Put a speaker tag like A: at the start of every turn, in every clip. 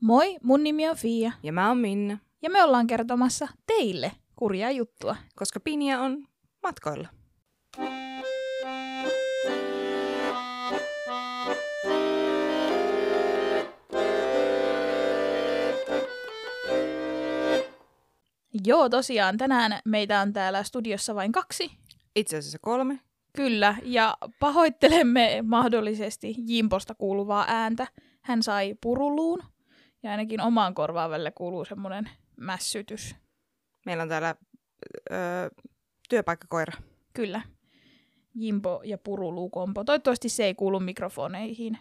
A: Moi, mun nimi on Fia
B: Ja mä oon Minna,
A: ja me ollaan kertomassa teille kurjaa juttua.
B: koska Pinja on matkoilla.
A: Joo, tosiaan tänään meitä on täällä studiossa vain kaksi.
B: Itse asiassa kolme.
A: Kyllä, ja pahoittelemme mahdollisesti Jimposta kuuluvaa ääntä. Hän sai puruluun ja ainakin omaan korvaan välillä kuuluu semmoinen mässytys.
B: Meillä on täällä öö, työpaikkakoira.
A: Kyllä. Jimpo ja puruluukompo. Toivottavasti se ei kuulu mikrofoneihin.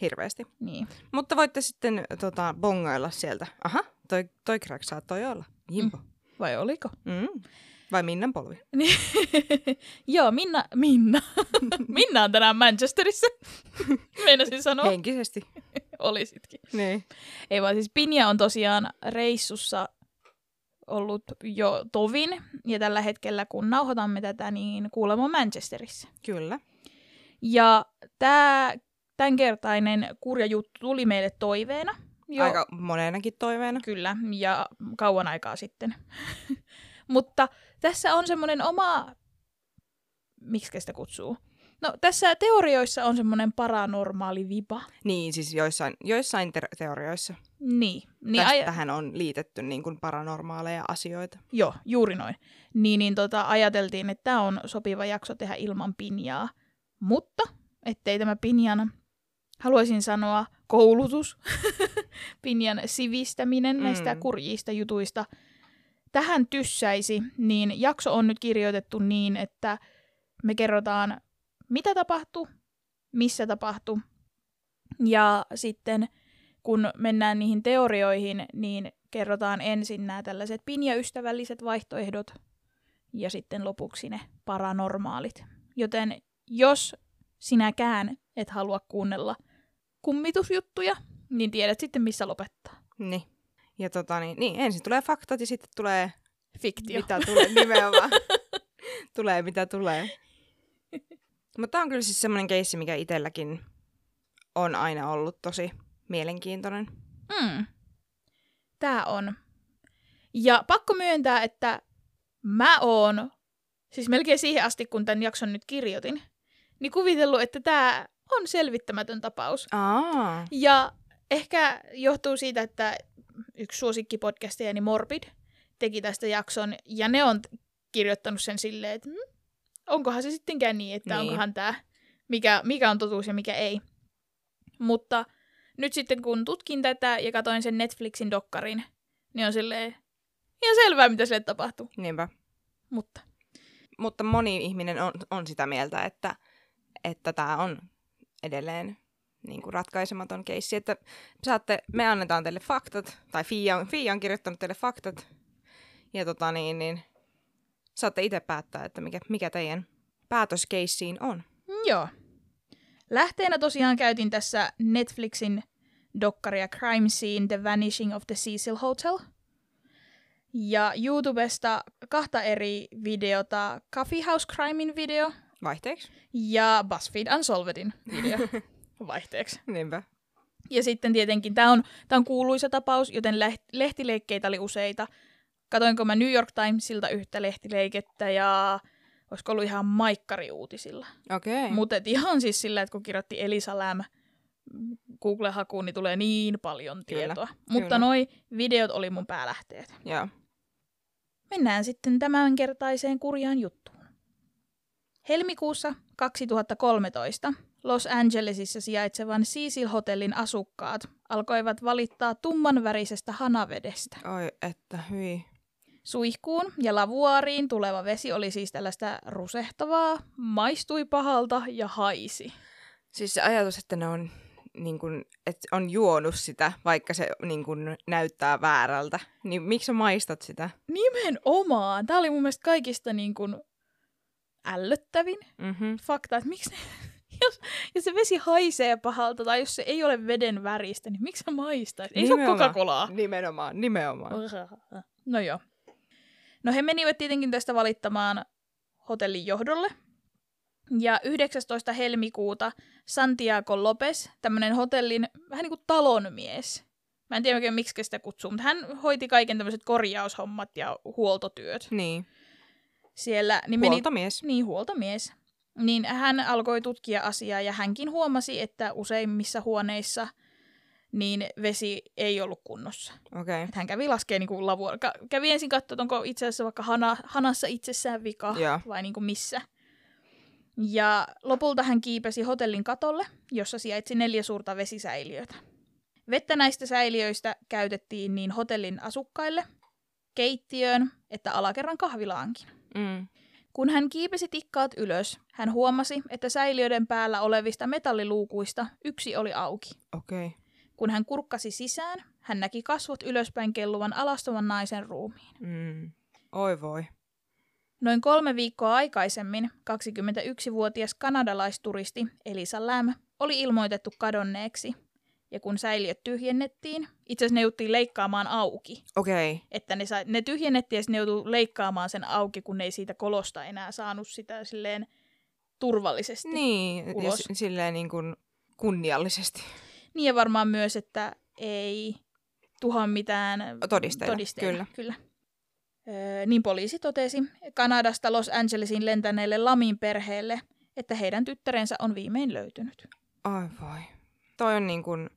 B: Hirveästi.
A: Niin.
B: Mutta voitte sitten tota, bongailla sieltä. Aha, toi, toi crack saattoi olla. Jimpo.
A: Vai oliko?
B: Mm. Mm. Vai Minnan polvi.
A: Joo, Minna, Minna. Minna on tänään Manchesterissa. Meinasin
B: No.
A: sanoa, Hei.
B: Henkisesti.
A: olisitkin.
B: Niin.
A: Ei vaan siis Pinja on tosiaan reissussa ollut jo tovin, ja tällä hetkellä kun nauhoitamme tätä, niin kuulemma Manchesterissa.
B: Kyllä.
A: Ja tämä tämänkertainen kurja juttu tuli meille toiveena.
B: Joo. Aika monenakin toiveena.
A: Kyllä, ja kauan aikaa sitten. Mutta tässä on semmoinen oma... Miksi sitä kutsuu? No tässä teorioissa on semmoinen paranormaali vipa.
B: Niin, siis joissain, joissain ter- teorioissa.
A: Niin.
B: Niin,
A: niin
B: ai- Tähän on liitetty niin kuin paranormaaleja asioita.
A: Joo, juuri noin. Niin, niin tota, ajateltiin, että tämä on sopiva jakso tehdä ilman pinjaa. Mutta, ettei tämä pinjan, haluaisin sanoa koulutus, pinjan sivistäminen mm. näistä
B: Mm.
A: kurjista jutuista, tähän tyssäisi, niin jakso on nyt kirjoitettu niin, että me kerrotaan, mitä tapahtui, missä tapahtui, ja sitten kun mennään niihin teorioihin, niin kerrotaan ensin nämä tällaiset pinjaystävälliset vaihtoehdot ja sitten lopuksi ne paranormaalit. Joten jos sinäkään et halua kuunnella kummitusjuttuja, niin tiedät sitten missä lopettaa.
B: Niin. Ja tota, niin, niin, ensin tulee faktat ja sitten tulee
A: Fiktio.
B: Mitä tulee nimenomaan. tulee mitä tulee. Mutta tämä on kyllä siis semmoinen keissi, mikä itselläkin on aina ollut tosi mielenkiintoinen.
A: Mm. Tää on. Ja pakko myöntää, että mä oon, siis melkein siihen asti kun tämän jakson nyt kirjoitin, niin kuvitellut, että tämä on selvittämätön tapaus.
B: Aa.
A: Ja ehkä johtuu siitä, että yksi suosikkipodcasteja, niin Morbid, teki tästä jakson, ja ne on t- kirjoittanut sen silleen, että hmm, onkohan se sittenkään niin, että
B: Niin.
A: niin. onkohan tämä, mikä, mikä on totuus ja mikä ei. Mutta nyt sitten kun tutkin tätä ja katsoin sen Netflixin dokkarin, niin on silleen ihan selvää, mitä sille tapahtuu.
B: Niinpä.
A: Mutta
B: Mutta moni ihminen on, on sitä mieltä, että että tämä on edelleen niin kuin ratkaisematon keissi. Että saatte, me annetaan teille faktat, tai Fia on, Fia on kirjoittanut teille faktat, ja tota niin, niin saatte itse päättää, että mikä, mikä teidän päätöskeissiin on.
A: Joo. Lähteenä tosiaan käytin tässä Netflixin dokkaria Crime Scene The Vanishing of the Cecil Hotel. Ja YouTubesta kahta eri videota, Coffee House Crimein video
B: Vaihteeksi?
A: ja BuzzFeed Unsolvedin video vaihteeksi.
B: Niinpä.
A: Ja sitten tietenkin tämä on, tää on kuuluisa tapaus, joten läht- lehtileikkeitä oli useita. Katoinko mä New York Timesilta yhtä lehtileikettä ja olisiko ollut ihan maikkariuutisilla.
B: Okei. Okay.
A: Mutta ihan siis sillä, että kun kirjoitti Elisa Läm Google-hakuun, niin tulee niin paljon
B: Kyllä,
A: tietoa. Mutta
B: kyllä.
A: noi videot oli mun päälähteet.
B: Joo.
A: Mennään sitten tämänkertaiseen kurjaan juttuun. Helmikuussa 2013 Los Angelesissa sijaitsevan Cecil Hotellin asukkaat alkoivat valittaa tummanvärisestä hanavedestä.
B: Oi, että hyi.
A: Suihkuun ja lavuaariin tuleva vesi oli siis tällaista rusehtavaa, maistui pahalta ja haisi.
B: Siis se ajatus, että ne on, niin kun, että on juonut sitä, vaikka se niin kun, näyttää väärältä, niin miksi sä maistat sitä?
A: Nimenomaan. Tämä oli mun mielestä kaikista niin kuin ällöttävin
B: Mm-hmm.
A: fakta, että miksi ne, jos, jos se vesi haisee pahalta tai jos se ei ole veden väristä, niin miksi sä maistaisit? Ei se ole
B: Nimenomaan.
A: Coca-Colaa.
B: Nimenomaan, nimenomaan.
A: No joo. No he menivät tietenkin tästä valittamaan hotellin johdolle. Ja 19. helmikuuta Santiago Lopes, tämmöinen hotellin vähän niin kuin talonmies, niinku Mä en tiedä oikein, miksi sitä kutsuu, mutta hän hoiti kaiken tämmöiset korjaushommat ja huoltotyöt
B: Niin.
A: siellä. Niin meni,
B: Huoltomies.
A: niin huoltomies. Niin hän alkoi tutkia asiaa ja hänkin huomasi, että useimmissa huoneissa niin vesi ei ollut kunnossa.
B: Okei.
A: Että hän kävi laskee niin kuin lavua. Ka- kävi ensin katsoa, että onko itse asiassa vaikka hana, hanassa itsessään vika
B: Joo.
A: vai niin kuin missä. Ja lopulta hän kiipesi hotellin katolle, jossa sijaitsi neljä suurta vesisäiliötä. Vettä näistä säiliöistä käytettiin niin hotellin asukkaille, keittiöön, että alakerran kahvilaankin.
B: Mm.
A: Kun hän kiipesi tikkaat ylös, hän huomasi, että säiliöiden päällä olevista metalliluukuista yksi oli auki.
B: Okei.
A: Kun hän kurkkasi sisään, hän näki kasvot ylöspäin kelluvan alastoman naisen ruumiin.
B: Mm. Oi voi.
A: Noin kolme viikkoa aikaisemmin 21-vuotias kanadalaisturisti Elisa Lam oli ilmoitettu kadonneeksi. Ja kun säiliöt tyhjennettiin, itse asiassa ne jouttiin leikkaamaan auki.
B: Okei.
A: Että ne, sai, ne tyhjennettiin ja sitten ne joutui leikkaamaan sen auki, kun ne ei siitä kolosta enää saanut sitä silleen turvallisesti.
B: Niin, ja
A: ulos.
B: s- silleen niin kuin kunniallisesti
A: Niin ja varmaan myös, että ei tuhoa mitään
B: todisteita.
A: todisteita.
B: Kyllä.
A: kyllä. Öö, niin poliisi totesi Kanadasta Los Angelesiin lentäneelle Lamin perheelle, että heidän tyttärensä on viimein löytynyt.
B: Ai voi. Toi on niin kuin,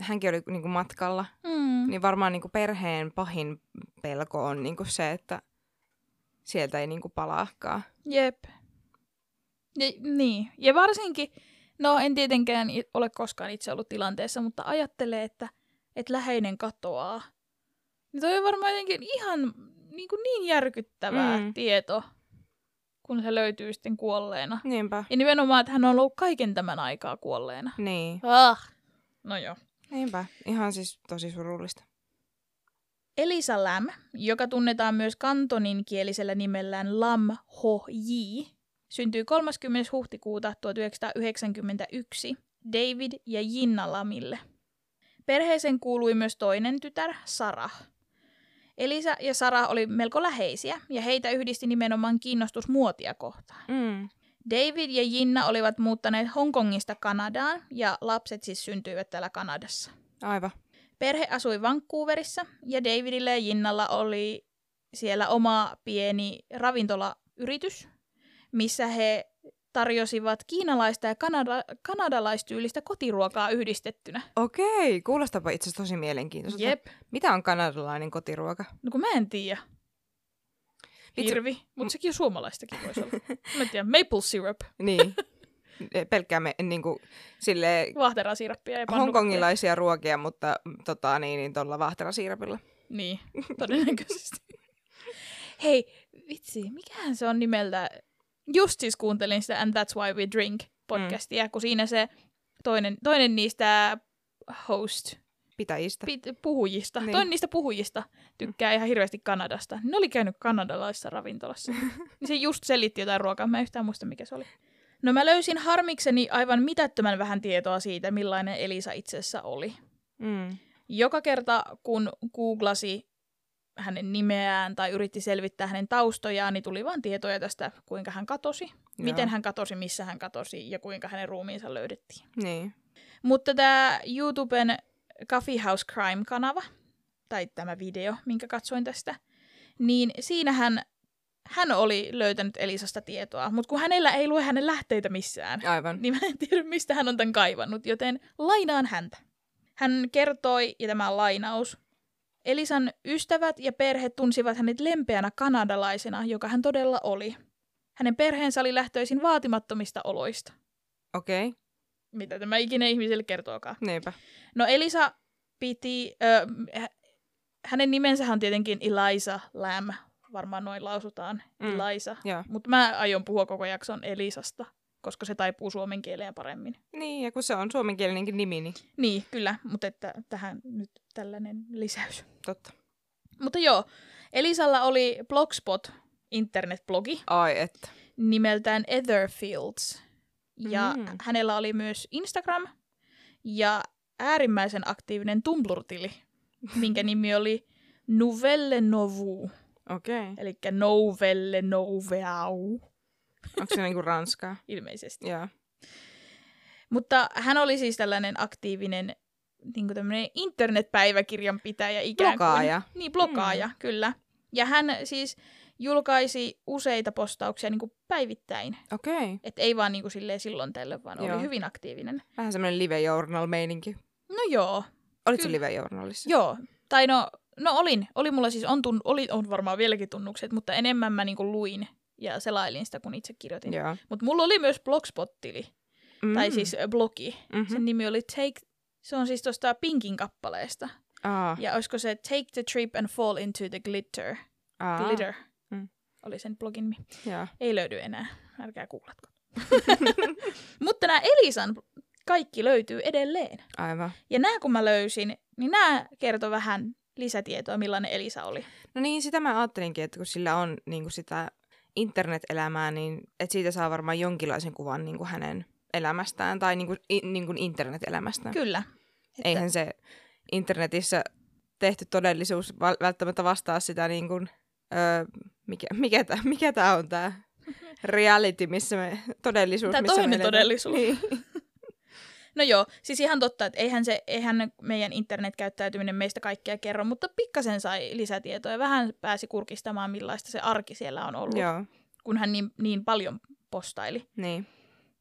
B: hänkin oli niin kuin matkalla,
A: Mm.
B: niin varmaan niin kuin perheen pahin pelko on niin kuin se, että sieltä ei niin kuin palaakaan.
A: Jep. Ja, niin. Ja varsinkin, no en tietenkään i- ole koskaan itse ollut tilanteessa, mutta ajattelee, että, että läheinen katoaa. Niin toi on varmaan jotenkin ihan niin, kuin niin järkyttävää
B: Mm.
A: mm. tieto, kun se löytyy sitten kuolleena.
B: Niinpä.
A: Ja nimenomaan, että hän on ollut kaiken tämän aikaa kuolleena.
B: Niin,
A: Ah. No joo.
B: niinpä. Ihan siis tosi surullista.
A: Elisa Lam, joka tunnetaan myös kantonin kielisellä nimellään Lam Ho Yi, syntyi 30. huhtikuuta 1991 David ja Jinna Lamille. Perheeseen kuului myös toinen tytär, Sara. Elisa ja Sara oli melko läheisiä ja heitä yhdisti nimenomaan kiinnostus muotia kohtaan.
B: Mm.
A: David ja Jinna olivat muuttaneet Hongkongista Kanadaan ja lapset siis syntyivät täällä Kanadassa.
B: Aivan.
A: Perhe asui Vancouverissa ja Davidillä ja Jinnalla oli siellä oma pieni ravintolayritys, missä he tarjosivat kiinalaista ja kanada- kanadalaistyylistä kotiruokaa yhdistettynä.
B: Okei, kuulostapa itse asiassa tosi mielenkiintoista.
A: Jep.
B: Mitä on kanadalainen kotiruoka?
A: No kun mä en tiedä.
B: Vitsi.
A: Hirvi. Mutta sekin on suomalaistakin voisi olla. Mä en tiedä. Maple syrup.
B: Niin. Pelkkää me, niin kuin, silleen
A: Vahterasirappia ja pannukakkuja.
B: hongkongilaisia ruokia, mutta mm, tota, niin, niin tuolla vahterasiirapilla.
A: Niin, todennäköisesti. Hei, vitsi, mikähän se on nimeltä? Just siis kuuntelin sitä And That's Why We Drink podcastia, mm. kun siinä se toinen, toinen niistä host
B: Pitäjistä.
A: pit, puhujista,
B: Niin.
A: niin. toinen niistä puhujista tykkää ihan hirveästi Kanadasta. Ne oli käynyt kanadalaisessa ravintolassa. niin se just selitti jotain ruokaa, mä en yhtään muista mikä se oli. No mä löysin harmikseni aivan mitättömän vähän tietoa siitä, millainen Elisa itse asiassa oli
B: Mm.
A: joka kerta kun googlasi hänen nimeään tai yritti selvittää hänen taustojaan, niin tuli vain tietoja tästä, kuinka hän katosi, Joo. miten hän katosi, missä hän katosi ja kuinka hänen ruumiinsa löydettiin.
B: Niin.
A: Mutta tämä YouTuben Coffee House Crime-kanava, tai tämä video, minkä katsoin tästä, niin siinähän hän oli löytänyt Elisasta tietoa, mutta kun hänellä ei lue hänen lähteitä missään,
B: Aivan.
A: niin mä en tiedä, mistä hän on tämän kaivannut, joten lainaan häntä. Hän kertoi, ja tämä on lainaus, Elisan ystävät ja perhe tunsivat hänet lempeänä kanadalaisena, joka hän todella oli. Hänen perheensä oli lähtöisin vaatimattomista oloista.
B: Okei. Okay.
A: Mitä tämä ikinä ihmiselle kertookaan.
B: Niinpä.
A: No Elisa piti, ö, hä- hänen nimensä on tietenkin Eliza Lam, varmaan noin lausutaan,
B: Mm,
A: mm. Eliza.
B: joo.
A: Mutta mä aion puhua koko jakson Elisasta, koska se taipuu suomen kieleen paremmin.
B: Niin, ja kun se on suomenkielinenkin nimi, niin
A: Niin, kyllä, mutta että tähän nyt tällainen lisäys.
B: totta.
A: Mutta joo, Elisalla oli Blogspot internetblogi
B: Ai että.
A: nimeltään Etherfields. Ja
B: Mm.
A: mm. hänellä oli myös Instagram ja äärimmäisen aktiivinen Tumblr-tili, minkä nimi oli Nouvelle Novu,
B: Okei. Okay.
A: eli Nouvelle Nouveau
B: Onko se niinku ranskaa?
A: ilmeisesti.
B: Joo.
A: Mutta hän oli siis tällainen aktiivinen niin kuin tämmöinen internetpäiväkirjan pitäjä ikään kuin.
B: Blogaaja.
A: Niin, blogaaja, mm. kyllä. Ja hän siis julkaisi useita postauksia niin kuin päivittäin.
B: Okei. Okay.
A: Et ei vaan niin kuin silleen silloin tällöin, vaan
B: Joo.
A: oli hyvin aktiivinen.
B: Vähän semmoinen live journal meininki.
A: No joo,
B: Olitko
A: Kyllä.
B: live journalissa?
A: joo. Tai no, no olin. Oli mulla siis, on, tun, oli, on varmaan vieläkin tunnukset, mutta enemmän mä niin kuin luin ja selailin sitä, kun itse kirjoitin.
B: Joo.
A: Mutta mulla oli myös blogspot-tili,
B: Mm.
A: tai siis ö, blogi.
B: Mm-hmm.
A: Sen nimi oli Take, se on siis tuosta Pinkin kappaleesta.
B: Aa,
A: Ja olisiko se Take the Trip and Fall into the Glitter.
B: aa,
A: Glitter.
B: Mm.
A: Oli sen blogin nimi.
B: Joo.
A: Ei löydy enää. Älkää googlatko. Mutta nämä Elisan kaikki löytyy edelleen.
B: Aivan.
A: Ja nämä kun mä löysin, niin nämä kertoi vähän lisätietoa, millainen Elisa oli.
B: No niin, sitä mä ajattelinkin, että kun sillä on niin kuin sitä internet-elämää, niin että siitä saa varmaan jonkinlaisen kuvan niin kuin hänen elämästään tai niin kuin, niin kuin internet-elämästään.
A: Kyllä.
B: Eihän se internetissä tehty todellisuus val- välttämättä vastaa sitä niin kuin, öö, mikä, mikä, tää, mikä tää on tää reality, missä me, todellisuus,
A: Tää
B: missä
A: toinen
B: me eletään.
A: todellisuus.
B: Niin.
A: No joo, siis ihan totta, että eihän, se, eihän meidän internetkäyttäytyminen meistä kaikkea kerro, mutta pikkasen sai lisätietoa ja vähän pääsi kurkistamaan, millaista se arki siellä on ollut,
B: Joo,
A: kun hän niin, niin paljon postaili.
B: niin.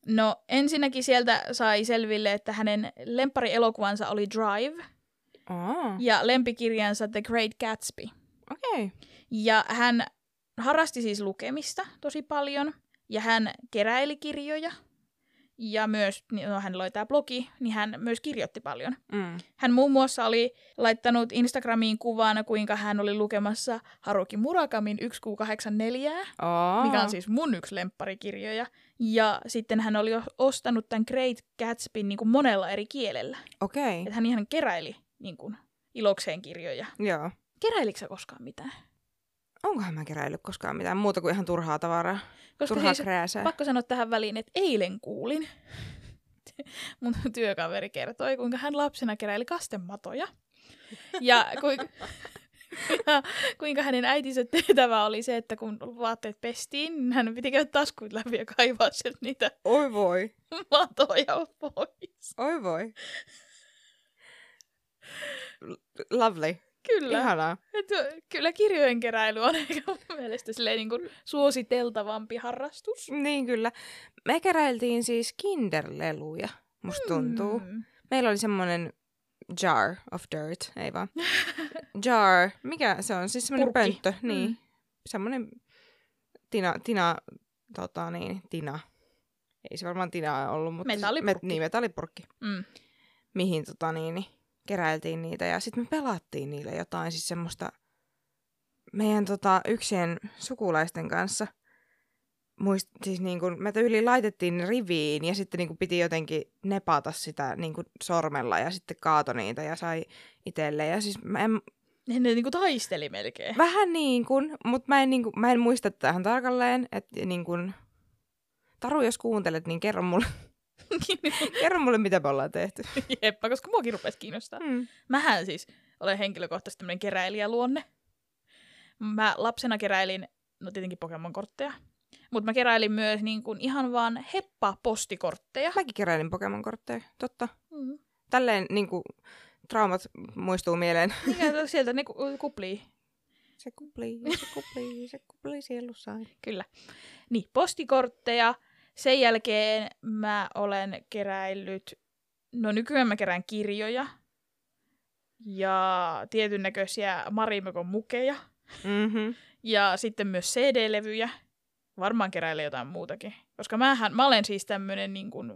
A: No ensinnäkin sieltä sai selville, että hänen lemparielokuvansa oli Drive
B: Aa,
A: ja lempikirjansa The Great Gatsby.
B: okei. Okay.
A: Ja hän harrasti siis lukemista tosi paljon ja hän keräili kirjoja ja myös, niin, no hänellä oli tämä blogi, niin hän myös kirjoitti paljon.
B: Mm.
A: Hän muun muassa oli laittanut Instagramiin kuvan, kuinka hän oli lukemassa Haruki Murakamin 1Q84,
B: Aa.
A: mikä on siis mun yksi lempparikirjoja. Ja sitten hän oli o- ostanut tämän Great Gatsbyn niin kuin monella eri kielellä.
B: Okei,
A: Että hän ihan keräili niin kuin, ilokseen kirjoja.
B: joo.
A: Keräilikö sä koskaan mitään?
B: Onkohan mä keräillyt koskaan mitään muuta kuin ihan turhaa tavaraa?
A: Koska
B: turhaa
A: siis
B: krääsää.
A: pakko sanoa tähän väliin, että eilen kuulin. Mun työkaveri kertoi, kuinka hän lapsena keräili kastematoja. Ja kuinka, ja kuinka hänen äitinsä tehtävä oli se, että kun vaatteet pestiin, niin hän piti käydä taskuit läpi ja kaivaa sieltä niitä
B: Oi voi,
A: matoja pois.
B: oi voi. L- Lovely.
A: Kyllä.
B: Ihanaa.
A: Et, kyllä kirjojen keräily on ehkä mun mielestä silleen niin kuin suositeltavampi harrastus.
B: Niin kyllä. Me keräiltiin siis kinderleluja, musta tuntuu. Mm.
A: Mm.
B: Meillä oli semmoinen jar of dirt, ei vaan. jar, mikä se on? Siis semmoinen
A: Purkki.
B: pönttö, niin.
A: Mm.
B: Semmoinen tina, tina, tota niin, tina. Ei se varmaan tina ollut, mutta...
A: Metallipurkki.
B: niin, metallipurkki.
A: Mm.
B: Mihin tota niin, niin keräiltiin niitä ja sitten me pelattiin niillä jotain siis semmoista meidän tota, yksien sukulaisten kanssa. Muist, siis niin kun, me tyyliin laitettiin ne riviin ja sitten niin kun, piti jotenkin nepata sitä niin kun, sormella ja sitten kaato niitä ja sai itselle. Ja siis mä en,
A: Ne, ne niin kuin taisteli melkein.
B: vähän niin kuin, mutta mä en, niin kun, mä en muista tähän tarkalleen, että niin kun, Taru, jos kuuntelet, niin kerro mulle, kerro mulle mitä me ollaan tehty.
A: Jeppä, koska muakin rupesi kiinnostaa.
B: Mm.
A: Mähän siis olen henkilökohtaisesti tämmöinen keräilijäluonne. Mä lapsena keräilin, no tietenkin Pokemon-kortteja, mutta mä keräilin myös niin kuin ihan vaan heppa-postikortteja.
B: Mäkin keräilin Pokemon-kortteja, totta.
A: Mm.
B: Tälleen niin kuin, traumat muistuu mieleen.
A: Mikä sieltä ne ku- kuplii?
B: Se kuplii, se kuplii, se kuplii sielussaan.
A: Kyllä. Niin, postikortteja. Sen jälkeen mä olen keräillyt, no nykyään mä kerään kirjoja ja tietyn näköisiä Marimekon mukeja.
B: Mm-hmm.
A: Ja sitten myös CD-levyjä. Varmaan keräilee jotain muutakin. Koska mähän, mä olen siis tämmönen niin kuin,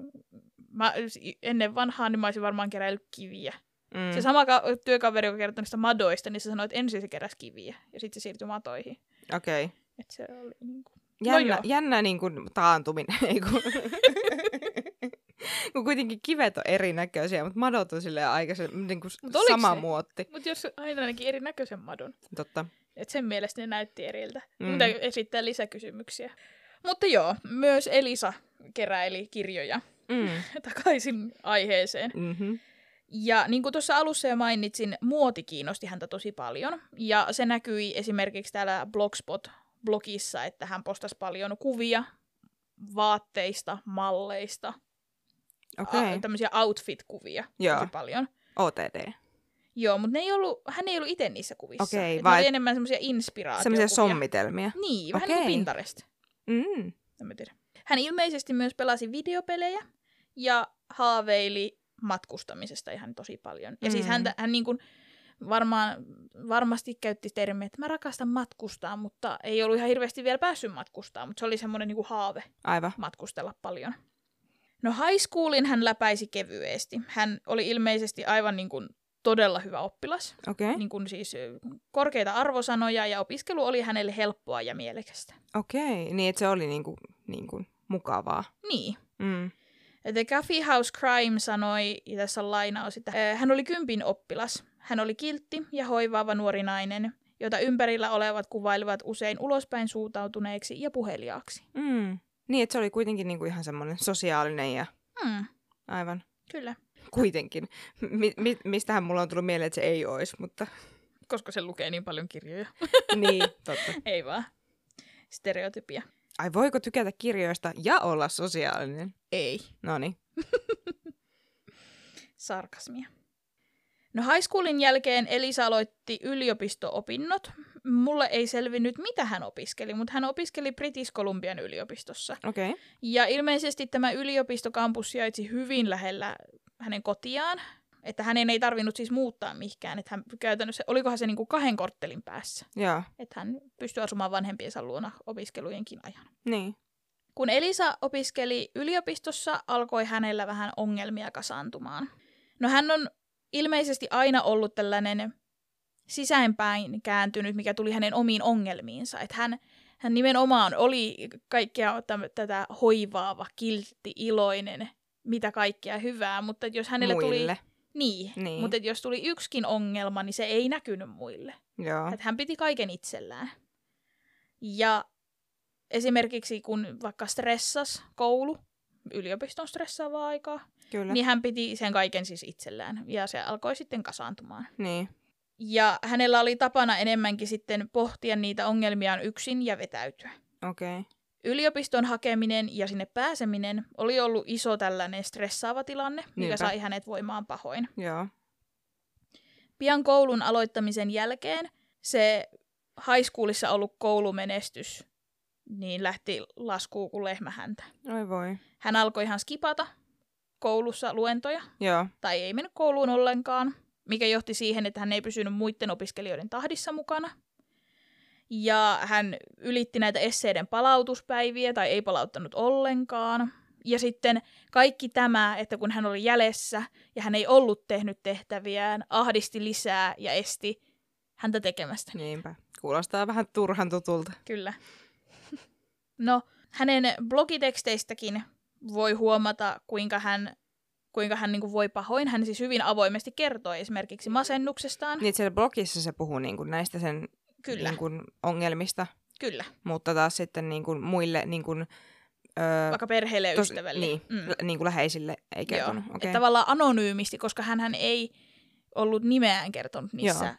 A: mä, ennen vanhaa niin mä olisin varmaan keräillyt kiviä.
B: Mm.
A: Mm. Se sama ka- työkaveri, joka kertoi niistä madoista, niin se sanoi, että ensin se keräsi kiviä ja sitten se siirtyi matoihin.
B: Okei. Okay.
A: Et se oli niin kuin...
B: Jännä,
A: joo.
B: no jännä niin kuin taantuminen. Ei kun... kun kuitenkin kivet on erinäköisiä, mutta madot on silleen aika se, niin kuin
A: Mut oliks
B: sama
A: se?
B: muotti.
A: Mutta jos aina ainakin erinäköisen madon.
B: Totta.
A: Et sen mielestä ne näytti eriltä.
B: Mm.
A: Mm. Mitä esittää lisäkysymyksiä. Mutta joo, myös Elisa keräili kirjoja
B: Mm.
A: takaisin aiheeseen.
B: Mm-hmm.
A: Ja niin kuin tuossa alussa jo mainitsin, muoti kiinnosti häntä tosi paljon. Ja se näkyi esimerkiksi täällä Blogspot-blogissa, että hän postasi paljon kuvia vaatteista, malleista,
B: Okei.
A: a- tämmöisiä outfit-kuvia
B: Joo.
A: tosi paljon.
B: OTD.
A: Joo, mutta ne ei ollut, hän ei ollut itse niissä kuvissa.
B: Okei,
A: Et ne
B: vai-
A: oli enemmän semmoisia inspiraatiokuvia.
B: Semmoisia sommitelmia.
A: Niin, vähän niin kuin
B: Okei.
A: Pinterest.
B: Mm.
A: En mä tiedä. Hän ilmeisesti myös pelasi videopelejä ja haaveili matkustamisesta ihan tosi paljon. Ja siis
B: Mm.
A: häntä, hän niin kuin varmaan, varmasti käytti termiä, että mä rakastan matkustaa, mutta ei ollut ihan hirveästi vielä päässyt matkustaa, mutta se oli semmoinen niin kuin haave
B: Aivan.
A: matkustella paljon. No high schoolin hän läpäisi kevyesti. Hän oli ilmeisesti aivan niin kuin todella hyvä oppilas,
B: Okei. Okay.
A: niin kuin siis ö, korkeita arvosanoja ja opiskelu oli hänelle helppoa ja mielekästä.
B: Okei. Niin, että se oli niinku, niinku mukavaa.
A: Niin.
B: Mm.
A: The Coffee House Crime sanoi, ja tässä on lainaus, että "Ö, hän oli kympin oppilas. Hän oli kiltti ja hoivaava nuori nainen, jota ympärillä olevat kuvailivat usein ulospäin suutautuneeksi ja puheliaaksi.
B: Mm. Niin, että se oli kuitenkin niinku ihan semmoinen sosiaalinen ja
A: Hmm,
B: aivan
A: kyllä,
B: kuitenkin. Mi- mi- mistähän mulla on tullut mieleen, että se ei olisi, mutta
A: koska se lukee niin paljon kirjoja.
B: niin, totta.
A: Ei vaan. Stereotypia.
B: Ai voiko tykätä kirjoista ja olla sosiaalinen?
A: Ei.
B: No niin.
A: Sarkasmia. No high schoolin jälkeen Elisa aloitti yliopisto-opinnot. Mulle ei selvinnyt, mitä hän opiskeli, mutta hän opiskeli British Columbian yliopistossa.
B: Okei. Okay.
A: Ja ilmeisesti tämä yliopistokampus sijaitsi hyvin lähellä hänen kotiaan, että hänen ei tarvinnut siis muuttaa mihinkään, että hän käytännössä, olikohan se niin kuin kahden korttelin päässä,
B: Joo.
A: että hän pystyi asumaan vanhempiensa luona opiskelujenkin ajan.
B: Niin.
A: Kun Elisa opiskeli yliopistossa, alkoi hänellä vähän ongelmia kasaantumaan. No hän on ilmeisesti aina ollut tällainen sisäänpäin kääntynyt, mikä tuli hänen omiin ongelmiinsa. Että hän, hän nimenomaan oli kaikkea täm- tätä hoivaava, kiltti, iloinen, mitä kaikkea hyvää, mutta et jos hänelle tuli...
B: Muille.
A: Niin,
B: Niin.
A: mutta et jos tuli yksikin ongelma, niin se ei näkynyt muille.
B: Joo.
A: Että hän piti kaiken itsellään. Ja esimerkiksi kun vaikka stressas koulu, yliopiston stressaavaa aikaa,
B: Kyllä. Niin.
A: niin hän piti sen kaiken siis itsellään. Ja se alkoi sitten kasaantumaan.
B: niin.
A: Ja hänellä oli tapana enemmänkin sitten pohtia niitä ongelmiaan yksin ja vetäytyä.
B: Okei. Okay.
A: Yliopiston hakeminen ja sinne pääseminen oli ollut iso tällainen stressaava tilanne, mikä
B: Niinpä.
A: sai hänet voimaan pahoin.
B: Joo.
A: Pian koulun aloittamisen jälkeen se high schoolissa ollut koulumenestys niin lähti laskuun kuin lehmähäntä.
B: Oi voi.
A: Hän alkoi ihan skipata koulussa luentoja,
B: Joo.
A: tai ei mennyt kouluun ollenkaan, mikä johti siihen, että hän ei pysynyt muiden opiskelijoiden tahdissa mukana. Ja hän ylitti näitä esseiden palautuspäiviä tai ei palauttanut ollenkaan. Ja sitten kaikki tämä, että kun hän oli jäljessä ja hän ei ollut tehnyt tehtäviään, ahdisti lisää ja esti häntä tekemästä.
B: Niinpä. Kuulostaa vähän turhan tutulta.
A: Kyllä. No, hänen blogiteksteistäkin voi huomata, kuinka hän, kuinka hän niin kuin voi pahoin. Hän siis hyvin avoimesti kertoo esimerkiksi masennuksestaan.
B: Niin, että siellä blogissa se puhuu niinku näistä sen
A: Ah. Kyllä,
B: niinku ongelmista,
A: kyllä.
B: mutta taas sitten niinku muille niinku, öö,
A: Vaikka perheelle ja
B: tos-
A: ystävälle.
B: Niin,
A: Mm.
B: mm. niinku läheisille ei
A: Joo.
B: kertonut.
A: Että
B: Okei.
A: tavallaan anonyymisti, koska hän ei ollut nimeään kertonut niissä
B: Joo. Ja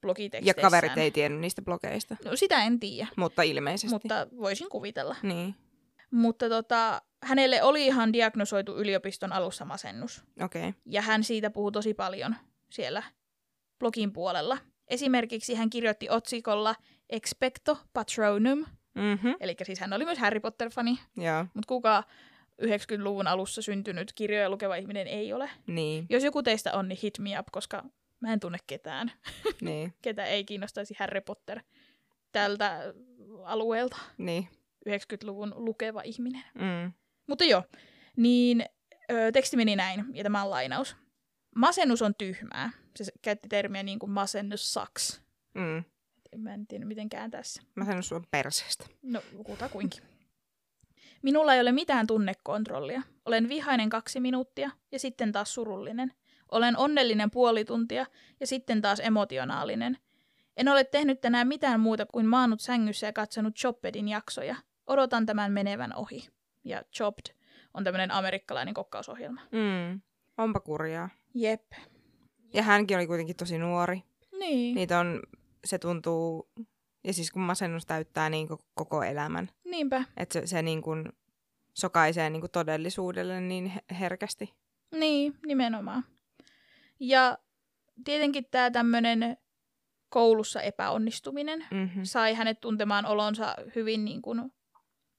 A: blogiteksteissään.
B: kaverit ei tiennyt niistä blogeista,
A: No, sitä en tiedä,
B: mutta ilmeisesti.
A: mutta voisin kuvitella.
B: Niin,
A: Mutta tota, hänelle oli ihan diagnosoitu yliopiston alussa masennus.
B: okei. Okay.
A: ja hän siitä puhuu tosi paljon siellä blogin puolella. Esimerkiksi hän kirjoitti otsikolla Expecto Patronum,
B: Mm-hmm.
A: eli siis hän oli myös Harry Potter-fani,
B: Joo,
A: mutta kuka 90-luvun alussa syntynyt kirjoja lukeva ihminen ei ole.
B: niin,
A: Jos joku teistä on, niin hit me up, koska mä en tunne ketään,
B: niin,
A: ketä ei kiinnostaisi Harry Potter tältä alueelta,
B: niin.
A: 90-luvun lukeva ihminen.
B: Mm.
A: Mutta joo, niin ö, teksti meni näin, ja tämä on lainaus. Masennus on tyhmää. Se käytti termiä niin kuin masennus sucks.
B: Mm.
A: Mä en tiedä, miten kääntää se.
B: Mä sanon sua perseestä.
A: No, kutakuinkin. Minulla ei ole mitään tunnekontrollia. Olen vihainen kaksi minuuttia ja sitten taas surullinen. Olen onnellinen puoli tuntia ja sitten taas emotionaalinen. En ole tehnyt tänään mitään muuta kuin maannut sängyssä ja katsonut Choppedin jaksoja. Odotan tämän menevän ohi. Ja Chopped on tämmöinen amerikkalainen kokkausohjelma.
B: Mm. Onpa kurjaa.
A: Jep.
B: Ja hänkin oli kuitenkin tosi nuori.
A: Niin.
B: Niitä on, se tuntuu, ja siis kun masennus täyttää niin ko- koko elämän,
A: Niinpä.
B: että se, se niin kuin sokaisee niin kuin todellisuudelle niin he- herkästi.
A: Niin, nimenomaan. Ja tietenkin tämä tämmöinen koulussa epäonnistuminen
B: Mm-hmm.
A: Mm. sai hänet tuntemaan olonsa hyvin niin kuin...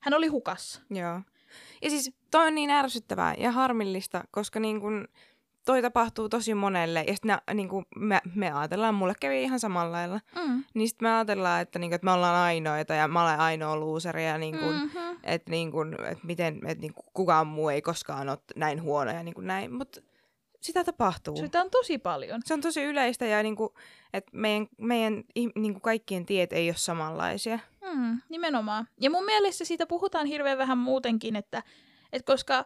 A: Hän oli hukassa.
B: Joo. Ja siis toi on niin ärsyttävää ja harmillista, koska niin kun toi tapahtuu tosi monelle. Ja sitten niin kun me, me ajatellaan, mulle kävi ihan samalla lailla.
A: Mm.
B: Niin sitten me ajatellaan, että, niin kun, että me ollaan ainoita ja mä olen ainoa luuseri ja niin kun, mm.
A: Mm-hmm.
B: että niin kun, et miten, et niin kun, kukaan muu ei koskaan ole näin huono ja niin kun näin. Mutta sitä tapahtuu.
A: Sitä on tosi paljon.
B: Se on tosi yleistä ja niin kun, et meidän, meidän ih- niin kun kaikkien tiet ei ole samanlaisia.
A: Mm, nimenomaan. Ja mun mielestä siitä puhutaan hirveän vähän muutenkin, että, että koska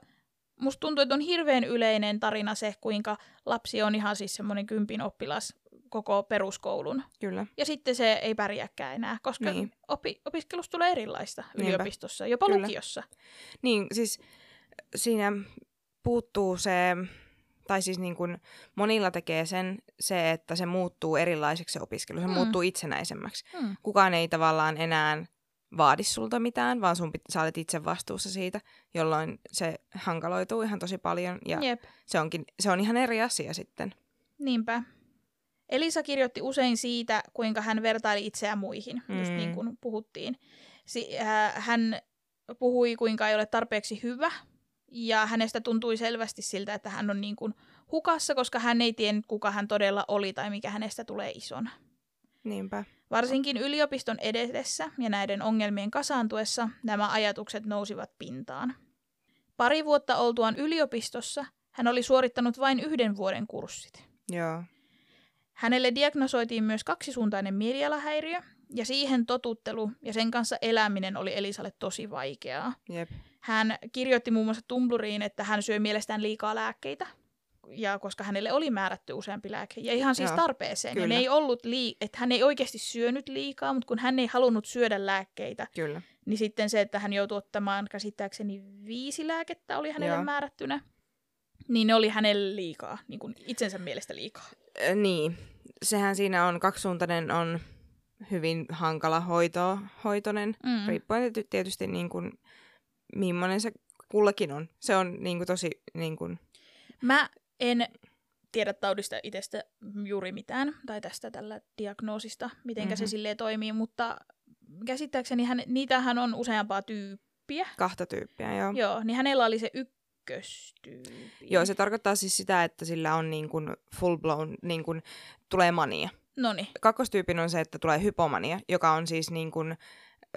A: musta tuntuu, että on hirveän yleinen tarina se, kuinka lapsi on ihan siis semmoinen kympin oppilas koko peruskoulun.
B: Kyllä.
A: Ja sitten se ei pärjääkään enää, koska
B: Niin.
A: niin. opi- opiskelusta tulee erilaista
B: Niinpä.
A: yliopistossa, jopa
B: Kyllä.
A: Kyllä. lukiossa.
B: Niin, siis siinä puuttuu se, tai siis niin kuin monilla tekee sen, se, että se muuttuu erilaiseksi se opiskelu, se
A: Mm.
B: muuttuu itsenäisemmäksi.
A: Mm.
B: Kukaan ei tavallaan enää vaadi sulta mitään, vaan sun pit, sä olet itse vastuussa siitä, jolloin se hankaloituu ihan tosi paljon ja
A: Jep,
B: se, onkin, se on ihan eri asia sitten.
A: niinpä. Elisa kirjoitti usein siitä, kuinka hän vertaili itseään muihin, mm. just
B: Mm.
A: niin kuin puhuttiin. Si- äh, hän puhui, kuinka ei ole tarpeeksi hyvä, ja hänestä tuntui selvästi siltä, että hän on niin kuin hukassa, koska hän ei tiennyt, kuka hän todella oli tai mikä hänestä tulee isona.
B: Niinpä.
A: Varsinkin yliopiston edessä ja näiden ongelmien kasaantuessa nämä ajatukset nousivat pintaan. Pari vuotta oltuaan yliopistossa hän oli suorittanut vain yhden vuoden kurssit.
B: Joo.
A: Hänelle diagnosoitiin myös kaksisuuntainen mielialahäiriö, ja siihen totuttelu ja sen kanssa eläminen oli Elisalle tosi vaikeaa.
B: Jep.
A: Hän kirjoitti muun muassa Tumblriin, että hän syö mielestään liikaa lääkkeitä, ja koska hänelle oli määrätty useampi lääke, ja ihan siis
B: Joo,
A: tarpeeseen. Ja
B: kyllä.
A: ne ei ollut lii- että hän ei oikeasti syönyt liikaa, mutta kun hän ei halunnut syödä lääkkeitä,
B: Kyllä.
A: niin sitten se, että hän joutui ottamaan käsittääkseni viisi lääkettä oli hänelle
B: Joo.
A: määrättynä, niin ne oli hänelle liikaa, niin kuin itsensä mielestä liikaa.
B: Ö, Niin, sehän siinä on, kaksisuuntainen on hyvin hankala hoito, hoitoinen,
A: Mm.
B: riippuen tiety- tietysti niin kuin, millainen se kullakin on. Se on niin kuin, tosi niin kuin,
A: Mä en tiedä taudista itsestä juuri mitään, tai tästä tällä diagnoosista, miten mm-hmm. se
B: Mhm.
A: silleen toimii, mutta käsittääkseni hän, niitähän on useampaa tyyppiä.
B: kahta tyyppiä. Joo. Joo.
A: Joo, niin hänellä oli se ykköstyyppi.
B: joo, se tarkoittaa siis sitä, että sillä on niin kuin, full blown, niin kuin, tulee mania.
A: Noniin.
B: Kakkostyypin Niin. on se, että tulee hypomania, joka on siis niin kuin,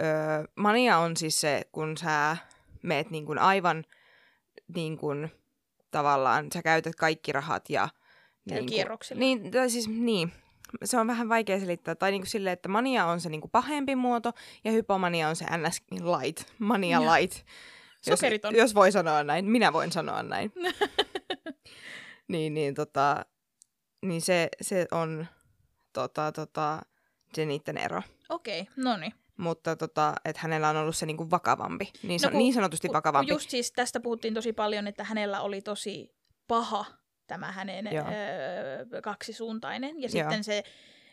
B: ö, mania on siis se, kun sä meet niin kuin, aivan niin kuin, tavallaan, sä käytät kaikki rahat ja
A: Niin
B: kuin,
A: kierroksilla.
B: Niin, tai siis niin. Se on vähän vaikea selittää. Tai niin kuin silleen, että mania on se niin kuin pahempi muoto ja hypomania on se ns. light, mania
A: Joo.
B: light. Jos,
A: Sokeriton.
B: jos voi sanoa näin, minä voin sanoa näin. niin, niin, tota, niin se, se on tota, tota, se niiden ero.
A: Okei, okay, no niin.
B: Mutta tota, että hänellä on ollut se niin kuin vakavampi, niin,
A: No
B: no,
A: kun-
B: niin sanotusti vakavampi.
A: Just siis tästä puhuttiin tosi paljon, että hänellä oli tosi paha tämä hänen
B: Joo.
A: öö, kaksisuuntainen. Ja
B: Joo.
A: sitten se...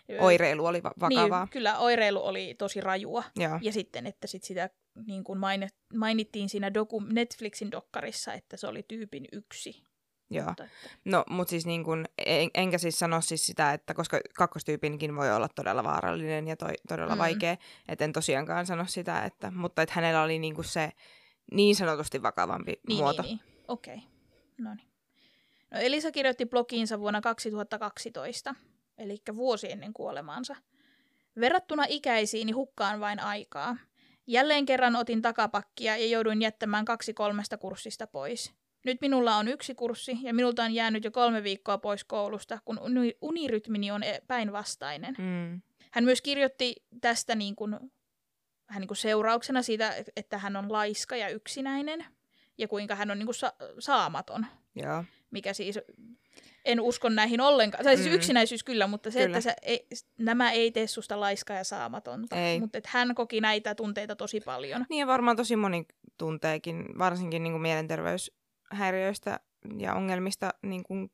A: öö,
B: Oireilu oli va- vakavaa.
A: Niin, kyllä, oireilu oli tosi rajua.
B: Niin. Joo.
A: Ja sitten, että sit sitä niin kuin maini- mainittiin siinä doku- Netflixin dokkarissa, että se oli tyypin yksi.
B: Joo.
A: Mutta että-
B: No, mutta siis niin kun, en, enkä siis sano siis sitä, että koska kakkostyypinkin voi olla todella vaarallinen ja toi, todella
A: Mm.
B: mm. vaikea, että en tosiaankaan sano sitä, että, mutta että hänellä oli niin kuin se niin sanotusti vakavampi
A: Niin,
B: muoto.
A: niin, niin. Okei. No niin. No Elisa kirjoitti blogiinsa vuonna 2012, eli vuosi ennen kuolemaansa. Verrattuna ikäisiini hukkaan vain aikaa. Jälleen kerran otin takapakkia ja jouduin jättämään kaksi kolmesta kurssista pois. Nyt minulla on yksi kurssi ja minulta on jäänyt jo kolme viikkoa pois koulusta, kun uni- unirytmini on e- päinvastainen.
B: Mm.
A: Hän myös kirjoitti tästä niin kuin, vähän niin kuin seurauksena siitä, että hän on laiska ja yksinäinen ja kuinka hän on niin kuin sa- saamaton,
B: Joo,
A: mikä siis en usko näihin ollenkaan. Tai siis
B: Mm.
A: mm. yksinäisyys kyllä, mutta se,
B: Kyllä.
A: kyllä. että sä ei, nämä ei tee susta laiskaa ja saamatonta.
B: Ei.
A: Mutta että hän koki näitä tunteita tosi paljon.
B: niin ja varmaan tosi moni tunteekin, varsinkin niin kuin mielenterveyshäiriöistä ja ongelmista niin kuin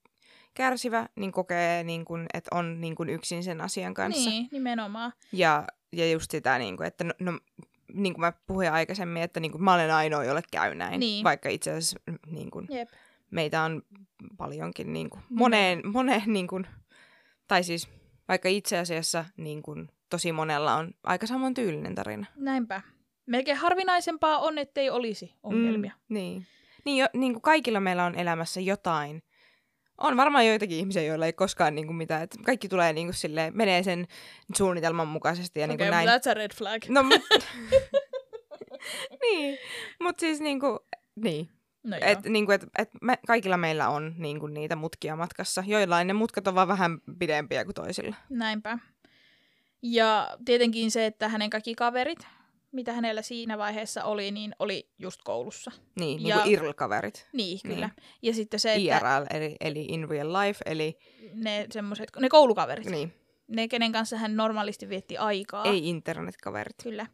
B: kärsivä, niin kokee, niin kuin, että on niin kuin yksin sen asian kanssa.
A: Niin, nimenomaan.
B: Ja, ja just sitä, niin kuin, että no, no, niin kuin mä puhuin niinku aikaisemmin, että niin kuin, mä olen ainoa, jolle käy näin.
A: Niin.
B: Vaikka itse asiassa niin kuin,
A: Jep.
B: meitä on paljonkin, niin kuin, moneen, moneen niin kuin, tai siis vaikka itse asiassa niin kuin, tosi monella on aika saman tyylinen tarina.
A: Näinpä. Melkein harvinaisempaa on, ettei olisi ongelmia.
B: Mm, niin. Niin, jo, niin kuin kaikilla meillä on elämässä jotain. On varmaan joitakin ihmisiä, joilla ei koskaan niin kuin mitään. Että kaikki tulee niin kuin silleen, menee sen suunnitelman mukaisesti ja niin kuin
A: Okei,
B: näin.
A: but that's a red flag.
B: No, mut... niin, mutta siis niinku, niin.
A: No joo.
B: Et, niinku, et, et me, kaikilla meillä on niinku, niitä mutkia matkassa. Joillain ne mutkat on vaan vähän pidempiä kuin toisilla.
A: Näinpä. Ja tietenkin se, että hänen kaikki kaverit, mitä hänellä siinä vaiheessa oli, niin oli just koulussa.
B: Niin,
A: Ja-
B: niinku IRL-kaverit.
A: Niin,
B: Niin.
A: kyllä. Ja sitten se, että
B: IRL, eli, eli in real life, eli
A: ne, semmoset, ne koulukaverit,
B: niin,
A: ne kenen kanssa hän normaalisti vietti aikaa,
B: ei internetkaverit.
A: kyllä,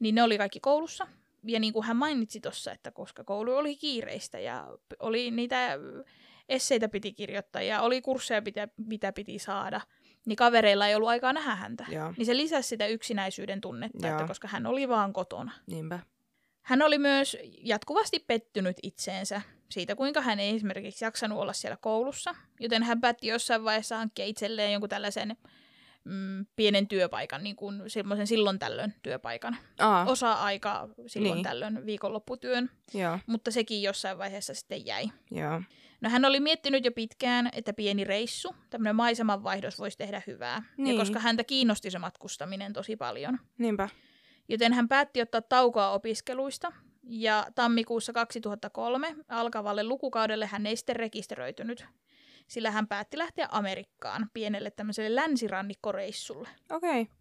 A: niin ne oli kaikki koulussa. Ja niin kuin hän mainitsi tuossa, että koska koulu oli kiireistä ja p- oli niitä ö, esseitä piti kirjoittaa ja oli kursseja, mitä, mitä piti saada, niin kavereilla ei ollut aikaa nähdä häntä.
B: Joo,
A: Niin se lisäsi sitä yksinäisyyden tunnetta,
B: Joo.
A: että koska hän oli vaan kotona.
B: niinpä.
A: Hän oli myös jatkuvasti pettynyt itseensä siitä, kuinka hän ei esimerkiksi jaksanut olla siellä koulussa, joten hän päätti jossain vaiheessa hankkia itselleen jonkun tällaisen mm, pienen työpaikan, niin kuin semmoisen silloin tällöin työpaikan.
B: Aa, Os-
A: Osa-aika silloin
B: Ah. Niin.
A: niin. tällöin viikonlopputyön,
B: joo,
A: mutta sekin jossain vaiheessa sitten jäi.
B: joo,
A: No hän oli miettinyt jo pitkään, että pieni reissu, tämmöinen maisemanvaihdos voisi tehdä hyvää.
B: Niin.
A: Ja koska häntä kiinnosti se matkustaminen tosi paljon,
B: niinpä.
A: joten hän päätti ottaa taukoa opiskeluista. Ja tammikuussa 2003 alkavalle lukukaudelle hän ei sitten rekisteröitynyt, sillä hän päätti lähteä Amerikkaan pienelle tämmöiselle länsirannikkoreissulle.
B: Okei, okay.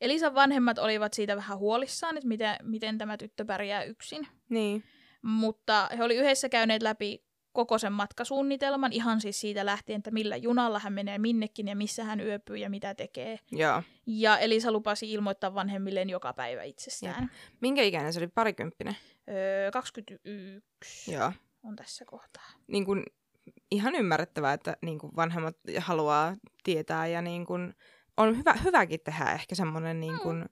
A: Elisan vanhemmat olivat siitä vähän huolissaan, että miten, miten tämä tyttö pärjää yksin,
B: niin,
A: mutta he oli yhdessä käyneet läpi koko sen matkasuunnitelman, ihan siis siitä lähtien, että millä junalla hän menee minnekin ja missä hän yöpyy ja mitä tekee.
B: joo.
A: Ja Elisa lupasi ilmoittaa vanhemmilleen joka päivä itsestään.
B: Minkä ikäinen se oli? Parikymppinen?
A: Öö, 21
B: Joo.
A: on tässä kohtaa.
B: niin kuin, ihan ymmärrettävää, että niin kuin vanhemmat haluaa tietää ja niin kuin, on hyvä, hyväkin tehdä ehkä semmoinen niin kuin,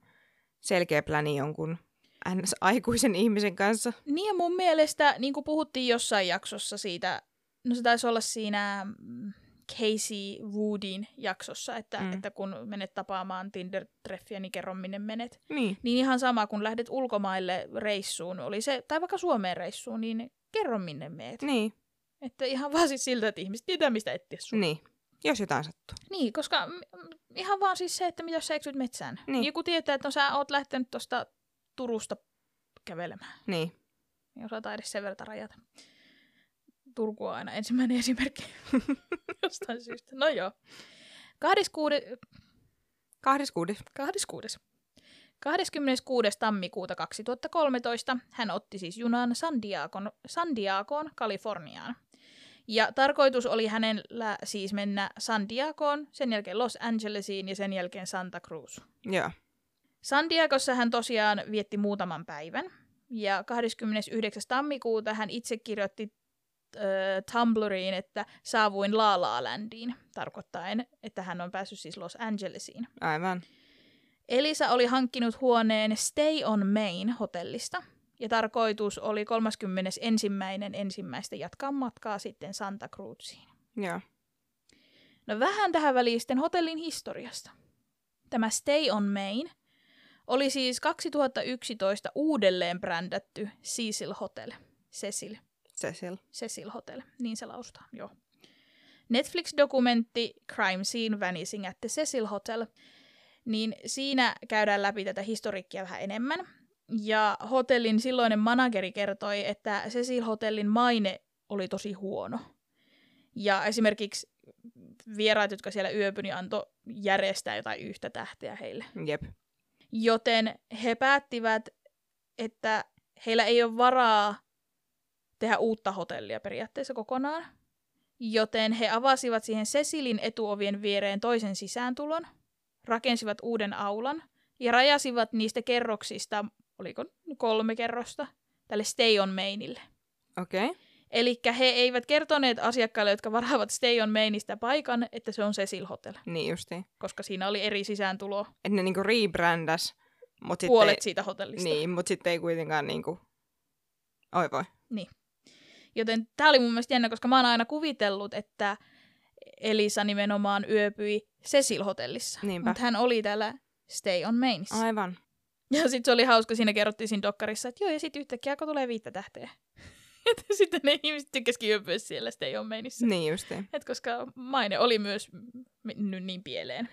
B: selkeä pläni jonkun ns. aikuisen ihmisen kanssa.
A: Niin ja mun mielestä, niin kuin puhuttiin jossain jaksossa siitä, no se taisi olla siinä mm, Casey Woodin jaksossa, että,
B: Mm.
A: mm. että kun menet tapaamaan Tinder-treffiä, niin kerro minne menet.
B: Niin,
A: Niin ihan sama, kun lähdet ulkomaille reissuun, oli se, tai vaikka Suomeen reissuun, niin kerro minne meet.
B: niin,
A: Että ihan vaan siis siltä, että ihmiset tietää, mistä etsiä sun.
B: niin. Jos jotain sattuu.
A: Niin, koska mm, mm, ihan vaan siis se, että mitä jos sä eksyt metsään.
B: Niin.
A: Niin. Joku tietää, että no, sä oot lähtenyt tuosta Turusta kävelemään.
B: Niin,
A: Niin osataan edes sen verran rajata. Turku on aina ensimmäinen esimerkki jostain syystä. No joo. 26.
B: 26.
A: 26. 26. tammikuuta 2013 hän otti siis junan San, Diegon, San Diegoon, Kaliforniaan. Ja tarkoitus oli hänellä siis mennä San Diegoon, sen jälkeen Los Angelesiin ja sen jälkeen Santa Cruz.
B: Joo,
A: San Diegossa hän tosiaan vietti muutaman päivän. Ja 29. tammikuuta hän itse kirjoitti ö, Tumblriin, että saavuin La La Landiin, tarkoittaen, että hän on päässyt siis Los Angelesiin.
B: aivan.
A: Elisa oli hankkinut huoneen Stay on Main hotellista ja tarkoitus oli 31. ensimmäistä jatkaa matkaa sitten Santa Cruziin.
B: Joo,
A: No vähän tähän väliin sitten hotellin historiasta. Tämä Stay on Main oli siis 2011 uudelleen brändätty Cecil Hotel. Cecil.
B: Cecil.
A: Cecil Hotel, niin se lausutaan, joo. Netflix-dokumentti Crime Scene Vanishing at the Cecil Hotel, niin siinä käydään läpi tätä historiikkia vähän enemmän. Ja hotellin silloinen manageri kertoi, että Cecil Hotellin maine oli tosi huono. Ja esimerkiksi vieraat, jotka siellä yöpyi, niin antoi järjestää jotain yhtä tähteä heille.
B: Jep.
A: Joten he päättivät, että heillä ei ole varaa tehdä uutta hotellia periaatteessa kokonaan. Joten he avasivat siihen Cecilin etuovien viereen toisen sisääntulon, rakensivat uuden aulan ja rajasivat niistä kerroksista, oliko kolme kerrosta, tälle Stay on Mainille.
B: Okei. Okay.
A: Eli he eivät kertoneet asiakkaille, jotka varaavat Stay on Mainista paikan, että se on Cecil Hotel,
B: Niin justiin.
A: koska siinä oli eri sisääntulo
B: Että ne niinku rebrändäs, mutta
A: puolet
B: sitten
A: siitä hotellista.
B: niin, mut sit ei kuitenkaan niinku... Oi voi.
A: Joten tämä oli mun mielestä jännä, koska mä oon aina kuvitellut, että Elisa nimenomaan yöpyi Cecil-hotellissa.
B: Niinpä.
A: Mutta hän oli täällä Stay on Mainissa.
B: Aivan.
A: Ja sitten se oli hauska, siinä kerrottiin siinä dokkarissa, että joo, ja sitten yhtäkkiä kun tulee viittä tähteä. Että sitten ne ihmiset tykkäskin yöpyä siellä Stay on Mainissa.
B: Niin justiin.
A: Et koska maine oli myös mennyt niin pieleen.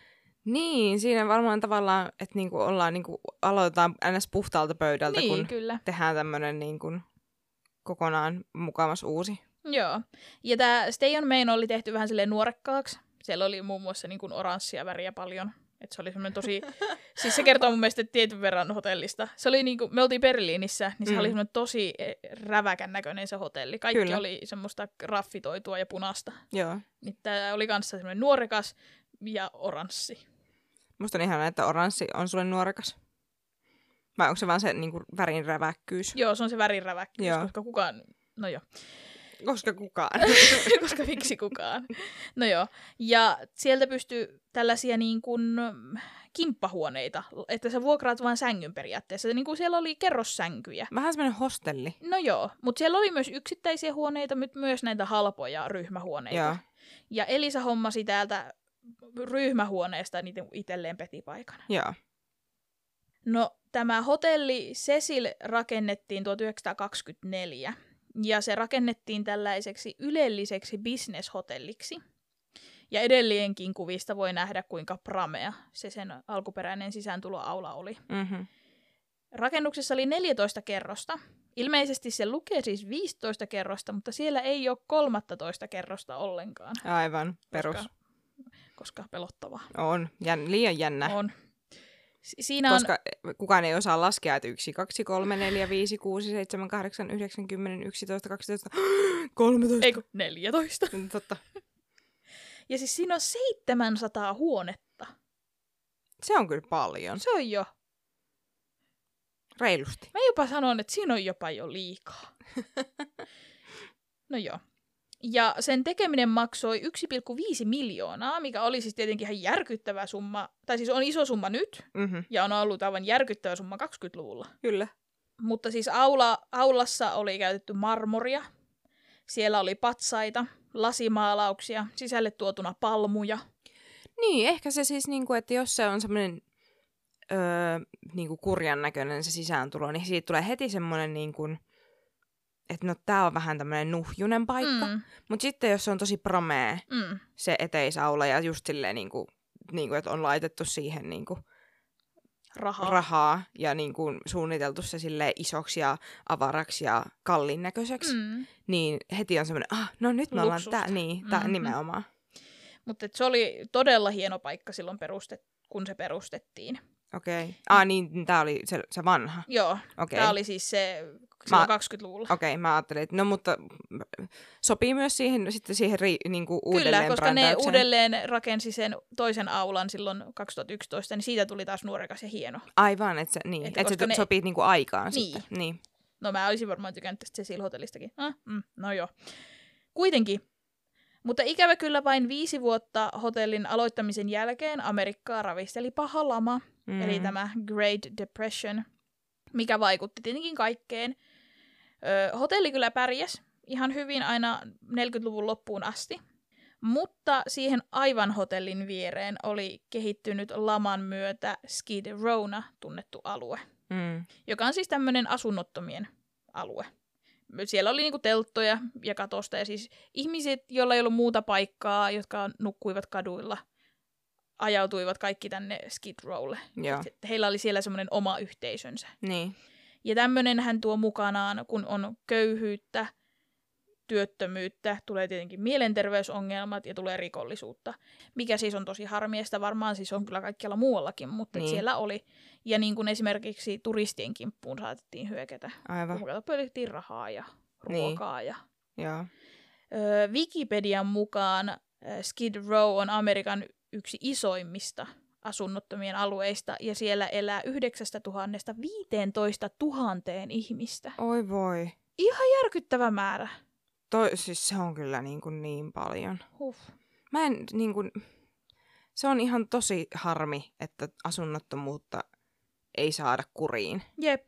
B: Niin, siinä varmaan tavallaan, että niinku ollaan niinku, aloitetaan ns. puhtaalta pöydältä,
A: niin,
B: kun
A: kyllä.
B: tehdään tämmöinen niinku, kokonaan mukamas uusi.
A: Joo. Ja tämä Stay on Main oli tehty vähän silleen nuorekkaaksi. Siellä oli muun muassa niin kuin oranssia väriä paljon. Et se oli semmoinen tosi... siis se kertoo mun mielestä tietyn verran hotellista. Se oli niin kuin, me oltiin Berliinissä, niin se
B: Mm.
A: oli semmoinen tosi eh, räväkän näköinen se hotelli. Kaikki
B: Kyllä.
A: oli semmoista raffitoitua ja punasta.
B: Joo.
A: Niin tämä oli kanssa semmoinen nuorekas ja oranssi.
B: Musta on ihana, että oranssi on sulle nuorekas. Vai onko se vaan se niinku, värin räväkkyys?
A: Joo, se on se väriräväkkyys,
B: Joo.
A: koska kukaan... No joo.
B: Koska kukaan.
A: koska miksi kukaan. No joo, ja sieltä pystyy tällaisia niin kuin mm, kimppahuoneita, että sä vuokraat vain sängyn periaatteessa. Niin kuin siellä oli kerrossänkyjä.
B: Vähän semmoinen hostelli.
A: No joo, mutta siellä oli myös yksittäisiä huoneita, mutta myös näitä halpoja ryhmähuoneita.
B: Joo.
A: Ja Elisa hommasi täältä ryhmähuoneesta niitä itselleen petipaikan.
B: Joo.
A: No, tämä hotelli Cecil rakennettiin 1924 ja se rakennettiin tällaiseksi ylelliseksi bisneshotelliksi. Ja edelleenkin kuvista voi nähdä, kuinka pramea se sen alkuperäinen sisääntuloaula oli.
B: Mm-hmm.
A: Rakennuksessa oli 14 kerrosta. Ilmeisesti se lukee siis 15 kerrosta, mutta siellä ei ole 13 kerrosta ollenkaan,
B: Aivan. Perus.
A: Koska- koska pelottavaa
B: On. Jän, liian jännä.
A: on. Si- Siinä on...
B: Koska eh, kukaan ei osaa laskea, että 1, 2, 3, 4, 5, 6, 7, 8, 9, 10, 11, 12, 13.
A: Ei kun 14.
B: Mm, Totta.
A: Ja siis siinä on 700 huonetta.
B: Se on kyllä paljon.
A: Se on jo.
B: Reilusti.
A: Mä jopa sanon, että siinä on jopa jo liikaa. No joo. Ja sen tekeminen maksoi 1,5 miljoonaa, mikä oli siis tietenkin ihan järkyttävä summa. Tai siis on iso summa nyt,
B: Mm-hmm.
A: ja on ollut aivan järkyttävä summa 20-luvulla.
B: Kyllä.
A: Mutta siis aula, aulassa oli käytetty marmoria. Siellä oli patsaita, lasimaalauksia, sisälle tuotuna palmuja.
B: Niin, ehkä se siis, niinku, että jos se on semmoinen öö, niinku kurjan näköinen se sisääntulo, niin siitä tulee heti semmoinen, niinku, että no tää on vähän tämmöinen nuhjunen paikka. Mm.
A: Mm,
B: Mutta sitten jos se on tosi pramee,
A: mm.
B: se eteisaula ja just silleen niinku, niinku, että on laitettu siihen niinku,
A: Rahaa.
B: Oh. rahaa ja niin kuin suunniteltu se sille isoksi ja avaraksi ja kallin näköiseksi, mm.
A: mm.
B: niin heti on semmoinen, ah, no nyt me ollaan
A: Luksusta.
B: tää, niin, tää
A: Mhm.
B: mm-hmm. nimenomaan.
A: Mutta se oli todella hieno paikka silloin, perustet, kun se perustettiin.
B: Okei. Okay. Ah, niin, niin tää oli se, se vanha.
A: Joo, okay.
B: Okei.
A: tämä
B: Okay.
A: oli siis se
B: Mä-
A: silloin 20-luvulla.
B: Okei, okay, mä ajattelin, että no mutta sopii myös siihen, sitten siihen ri, niin kuin uudelleen
A: Kyllä, koska ne
B: brändäykseen.
A: uudelleen rakensi sen toisen aulan silloin 2011, niin siitä tuli taas nuorekas ja hieno.
B: Aivan, että se, niin,
A: Että
B: että et se
A: koska
B: ne...
A: ne-
B: sopii niin kuin aikaan
A: Niin.
B: sitten. Niin.
A: No mä olisin varmaan tykännyt tästä Cecil Hotellistakin. Ah, mm, no joo. Kuitenkin. Mutta ikävä kyllä vain viisi vuotta hotellin aloittamisen jälkeen Amerikkaa ravisteli paha lama,
B: Mm.
A: eli tämä Great Depression, mikä vaikutti tietenkin kaikkeen. Ö, hotelli kyllä pärjäs ihan hyvin aina 40-luvun loppuun asti, mutta siihen aivan hotellin viereen oli kehittynyt laman myötä Skid Rowna tunnettu alue,
B: Mm.
A: joka on siis tämmöinen asunnottomien alue. Siellä oli niinku telttoja ja katosta ja siis ihmiset, joilla ei ollut muuta paikkaa, jotka nukkuivat kaduilla, ajautuivat kaikki tänne Skid Rowlle.
B: Joo,
A: Että heillä oli siellä semmoinen oma yhteisönsä.
B: niin.
A: Ja tämmöinen hän tuo mukanaan, kun on köyhyyttä, työttömyyttä, tulee tietenkin mielenterveysongelmat ja tulee rikollisuutta. Mikä siis on tosi harmiesta, varmaan siis on kyllä kaikkialla muuallakin, mutta niin.
B: Niin.
A: siellä oli. Ja niin kuin esimerkiksi turistien kimppuun saatettiin hyökätä.
B: Aivan.
A: Mukato pölyttiin rahaa ja
B: Niin.
A: ruokaa. Ja...
B: Joo.
A: Öö, Wikipedian mukaan ö, Skid Row on Amerikan yksi isoimmista asunnottomien alueista ja siellä elää 9000 15 000 ihmistä.
B: Oi voi.
A: Järkyttävä määrä.
B: Toi, siis se on kyllä niin, kuin niin paljon.
A: Huh.
B: Mä en niin kuin, se on ihan tosi harmi, että asunnottomuutta ei saada kuriin.
A: Jep.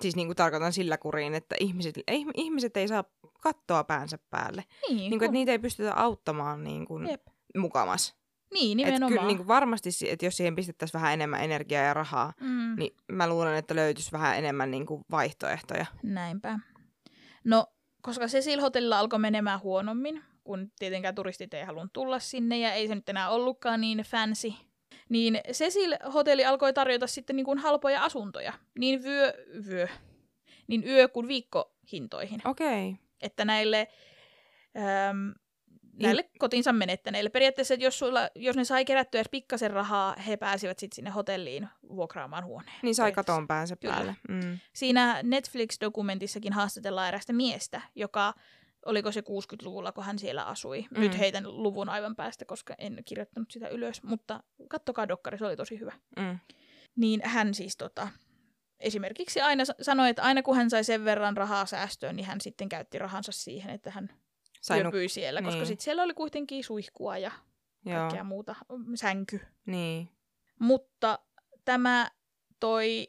B: Siis niin kuin tarkoitan sillä kuriin, että ihmiset, ei- ihmiset ei saa kattoa päänsä päälle.
A: Niin,
B: Niin kuin, että niitä ei pystytä auttamaan niin kuin
A: Jep.
B: mukamas.
A: niin
B: Et
A: nimenomaan.
B: kyllä niin kuin varmasti, si- että jos siihen pistettäisiin vähän enemmän energiaa ja rahaa,
A: mm.
B: niin mä luulen, että löytyisi vähän enemmän niin kuin vaihtoehtoja.
A: Näinpä. No, koska Cecil Hotellilla alkoi menemään huonommin, kun tietenkään turistit ei halunnut tulla sinne ja ei se nyt enää ollutkaan niin fancy, niin Cecil Hotelli alkoi tarjota sitten niin kuin halpoja asuntoja, niin vyö, vyö, niin yö kuin viikkohintoihin.
B: Okei.
A: Että näille, äm, näille kotinsa menettäneille. Periaatteessa, että jos, sulla, jos ne sai kerättyä edes pikkasen rahaa, he pääsivät sitten sinne hotelliin vuokraamaan huoneen.
B: Niin sai
A: Periaatteessa.
B: katon päänsä
A: Kyllä.
B: päälle. Mm.
A: Siinä Netflix-dokumentissakin haastatellaan erästä miestä, joka, oliko se 60-luvulla, kun hän siellä asui. Mm.
B: Mm.
A: Nyt heitän luvun aivan päästä, koska en kirjoittanut sitä ylös, mutta kattokaa dokkari, se oli tosi hyvä.
B: Mm.
A: Niin hän siis tota, esimerkiksi aina sa- sanoi, että aina kun hän sai sen verran rahaa säästöön, niin hän sitten käytti rahansa siihen, että hän
B: Sai nuk-
A: yöpyi siellä, koska
B: niin.
A: sitten siellä oli kuitenkin suihkua ja
B: Joo.
A: kaikkea muuta, mm, sänky.
B: Niin.
A: Mutta tämä toi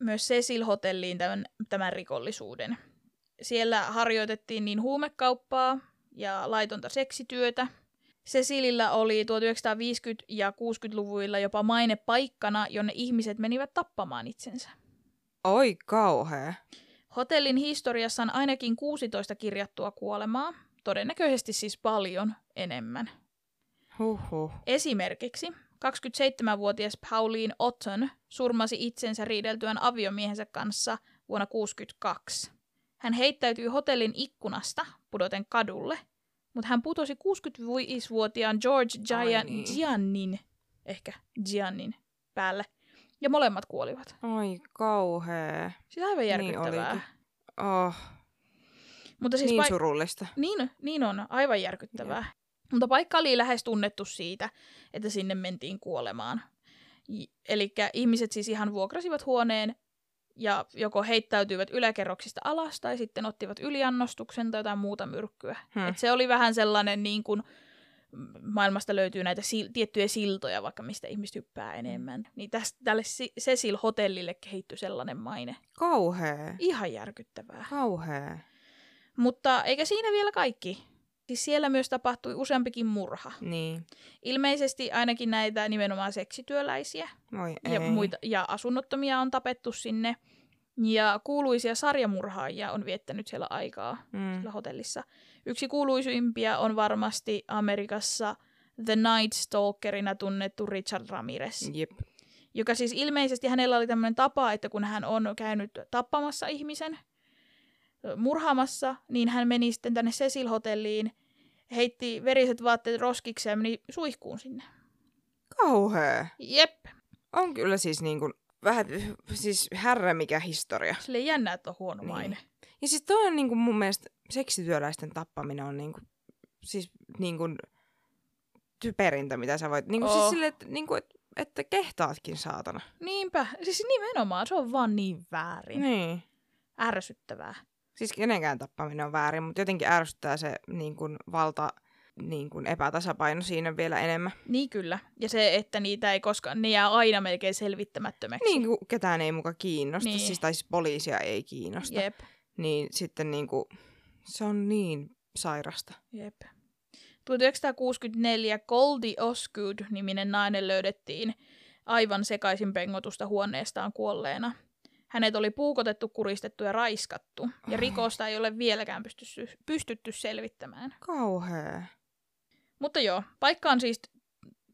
A: myös Cecil Hotelliin tämän, tämän rikollisuuden. Siellä harjoitettiin niin huumekauppaa ja laitonta seksityötä. Cecilillä oli 1950- ja 60-luvuilla jopa maine paikkana, jonne ihmiset menivät tappamaan itsensä.
B: Oi kauhea.
A: Hotellin historiassa on ainakin 16 kirjattua kuolemaa, todennäköisesti siis paljon enemmän.
B: Huhhuh.
A: Esimerkiksi 27-vuotias Pauline Otton surmasi itsensä riideltyään aviomiehensä kanssa vuonna 1962. Hän heittäytyi hotellin ikkunasta pudoten kadulle, mutta hän putosi 65-vuotiaan George Gian-
B: Ai niin.
A: Giannin, ehkä Giannin, päälle. Ja molemmat kuolivat.
B: Oi kauhea.
A: Siis aivan
B: Niin
A: järkyttävää.
B: olikin. Oh,
A: mutta siis
B: siis niin
A: paik-
B: surullista.
A: Niin, niin on, aivan järkyttävää. Mutta paikka oli lähes tunnettu siitä, että sinne mentiin kuolemaan. Eli ihmiset siis ihan vuokrasivat huoneen ja joko heittäytyivät yläkerroksista alas tai sitten ottivat yliannostuksen tai jotain muuta myrkkyä.
B: Hmm.
A: Et se oli vähän sellainen niin kuin maailmasta löytyy näitä sil- tiettyjä siltoja, vaikka mistä ihmiset hyppää enemmän. Niin tästä, tälle Si- Cecil Hotellille kehittyi sellainen maine.
B: Kauhea.
A: Ihan järkyttävää.
B: Kauhea.
A: Mutta eikä siinä vielä kaikki. Siis siellä myös tapahtui useampikin murha.
B: Niin.
A: Ilmeisesti ainakin näitä nimenomaan seksityöläisiä
B: Voi ei.
A: ja, muita, ja asunnottomia on tapettu sinne. Ja kuuluisia sarjamurhaajia on viettänyt siellä aikaa
B: Mm.
A: siellä hotellissa. Yksi kuuluisimpia on varmasti Amerikassa The Night Stalkerina tunnettu Richard Ramirez
B: Jep.
A: joka siis ilmeisesti hänellä oli tämmöinen tapa, että kun hän on käynyt tappamassa ihmisen, ö, murhaamassa, niin hän meni sitten tänne Cecil-hotelliin, heitti veriset vaatteet roskiksi ja meni suihkuun sinne.
B: Kauhea.
A: Jep,
B: On kyllä siis niin kuin vähän, siis härrä mikä historia.
A: sille jännä, että on huono
B: Niin.
A: maine.
B: Ja siis toi on niin kuin mun mielestä seksityöläisten tappaminen on niin kuin, siis niin kuin typerintä, mitä sä voit. Niin kuin
A: Oo.
B: siis sille, että, niin kuin, että, että kehtaatkin saatana.
A: Niinpä, siis nimenomaan, se on vaan niin väärin.
B: Niin.
A: Ärsyttävää.
B: Siis kenenkään tappaminen on väärin, mutta jotenkin ärsyttää se niin kuin valta niin kuin epätasapaino siinä vielä enemmän.
A: Niin kyllä. Ja se, että niitä ei koskaan, ne jää aina melkein selvittämättömäksi.
B: Niin kuin ketään ei muka kiinnosta,
A: Niin.
B: niin. siis, tai siis poliisia ei kiinnosta.
A: Jep.
B: Niin sitten niin kuin, se on niin sairasta.
A: Jep. 1964 Goldie Osgood-niminen nainen löydettiin aivan sekaisin pengotusta huoneestaan kuolleena. Hänet oli puukotettu, kuristettu ja raiskattu, ja
B: Ai.
A: rikosta ei ole vieläkään pystytty, pystytty selvittämään.
B: Kauhea.
A: Mutta joo, paikka on siis